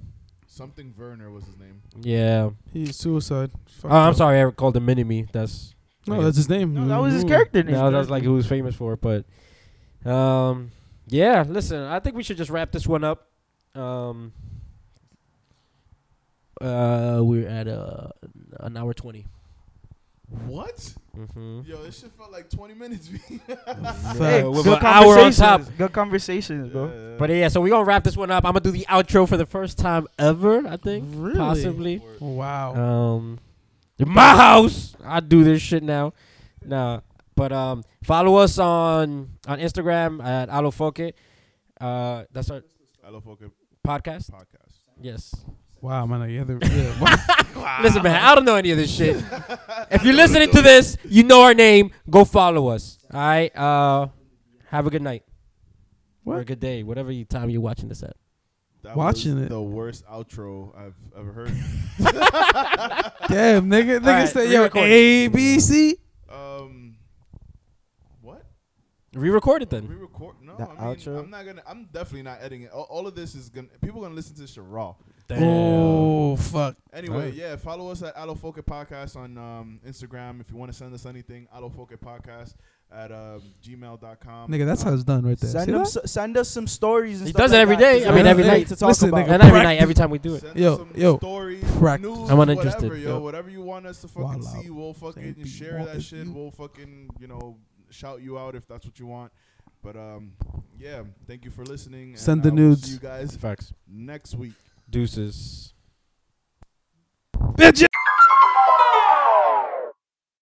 Something Werner was his name. yeah. he's suicide. Oh, Fucked I'm up. sorry, I called him Mini Me. That's No, that's his name. no, that was his Ooh. character name. No, that's like who was famous for it. But um, yeah, listen, I think we should just wrap this one up. Um, uh, we're at uh, an hour 20 What? Mm-hmm. Yo, this shit felt like 20 minutes. B. Hey, Facts. with good an hour on conversations. top. Good conversations, bro. Yeah. But yeah, so we're gonna wrap this one up. I'm gonna do the outro for the first time ever. I think Really? possibly. Wow. Um, in my house, I do this shit now. Nah, but um, follow us on on Instagram at Alofoke. Uh, that's our I love fucking podcast. podcast. Yes. wow, man. Yeah, the- yeah, wow. Listen, man, I don't know any of this shit. if you're listening to this, you know our name. Go follow us. All right. Uh, have a good night or a What? good day, whatever you, time you're watching this at. That Watching was it. The worst outro I've ever heard. Damn, nigga. Nigga Alright, said, yo, re-record. A, B, C. um, what? Re-record it then. Re-record? No, The I mean, outro? I'm not gonna. I'm definitely not editing it. All, all of this is gonna. People gonna listen to this shit raw. Oh, fuck. Anyway, Alright. yeah, follow us at Alofoke Podcast on um, Instagram. If you want to send us anything, Alofoke Podcast at um, gmail.com. Nigga, that's how it's done right there. Send, See him that? s- send us some stories. And He stuff does it like every that, day. 'cause I we mean, have every nothing day. to talk Listen, about. nigga. And every night, practice. every time we do it. Send Yo, us some yo, stories, practice. news, I'm uninterested. whatever, yo, Yo. whatever you want us to fucking Wild out. see, we'll fucking Anything share you that want, shit. you- We'll fucking you know shout you out if that's what you want. But um, yeah, thank you for listening. and Send the I will see nudes. you guys Facts. next week. Deuces. Bitches!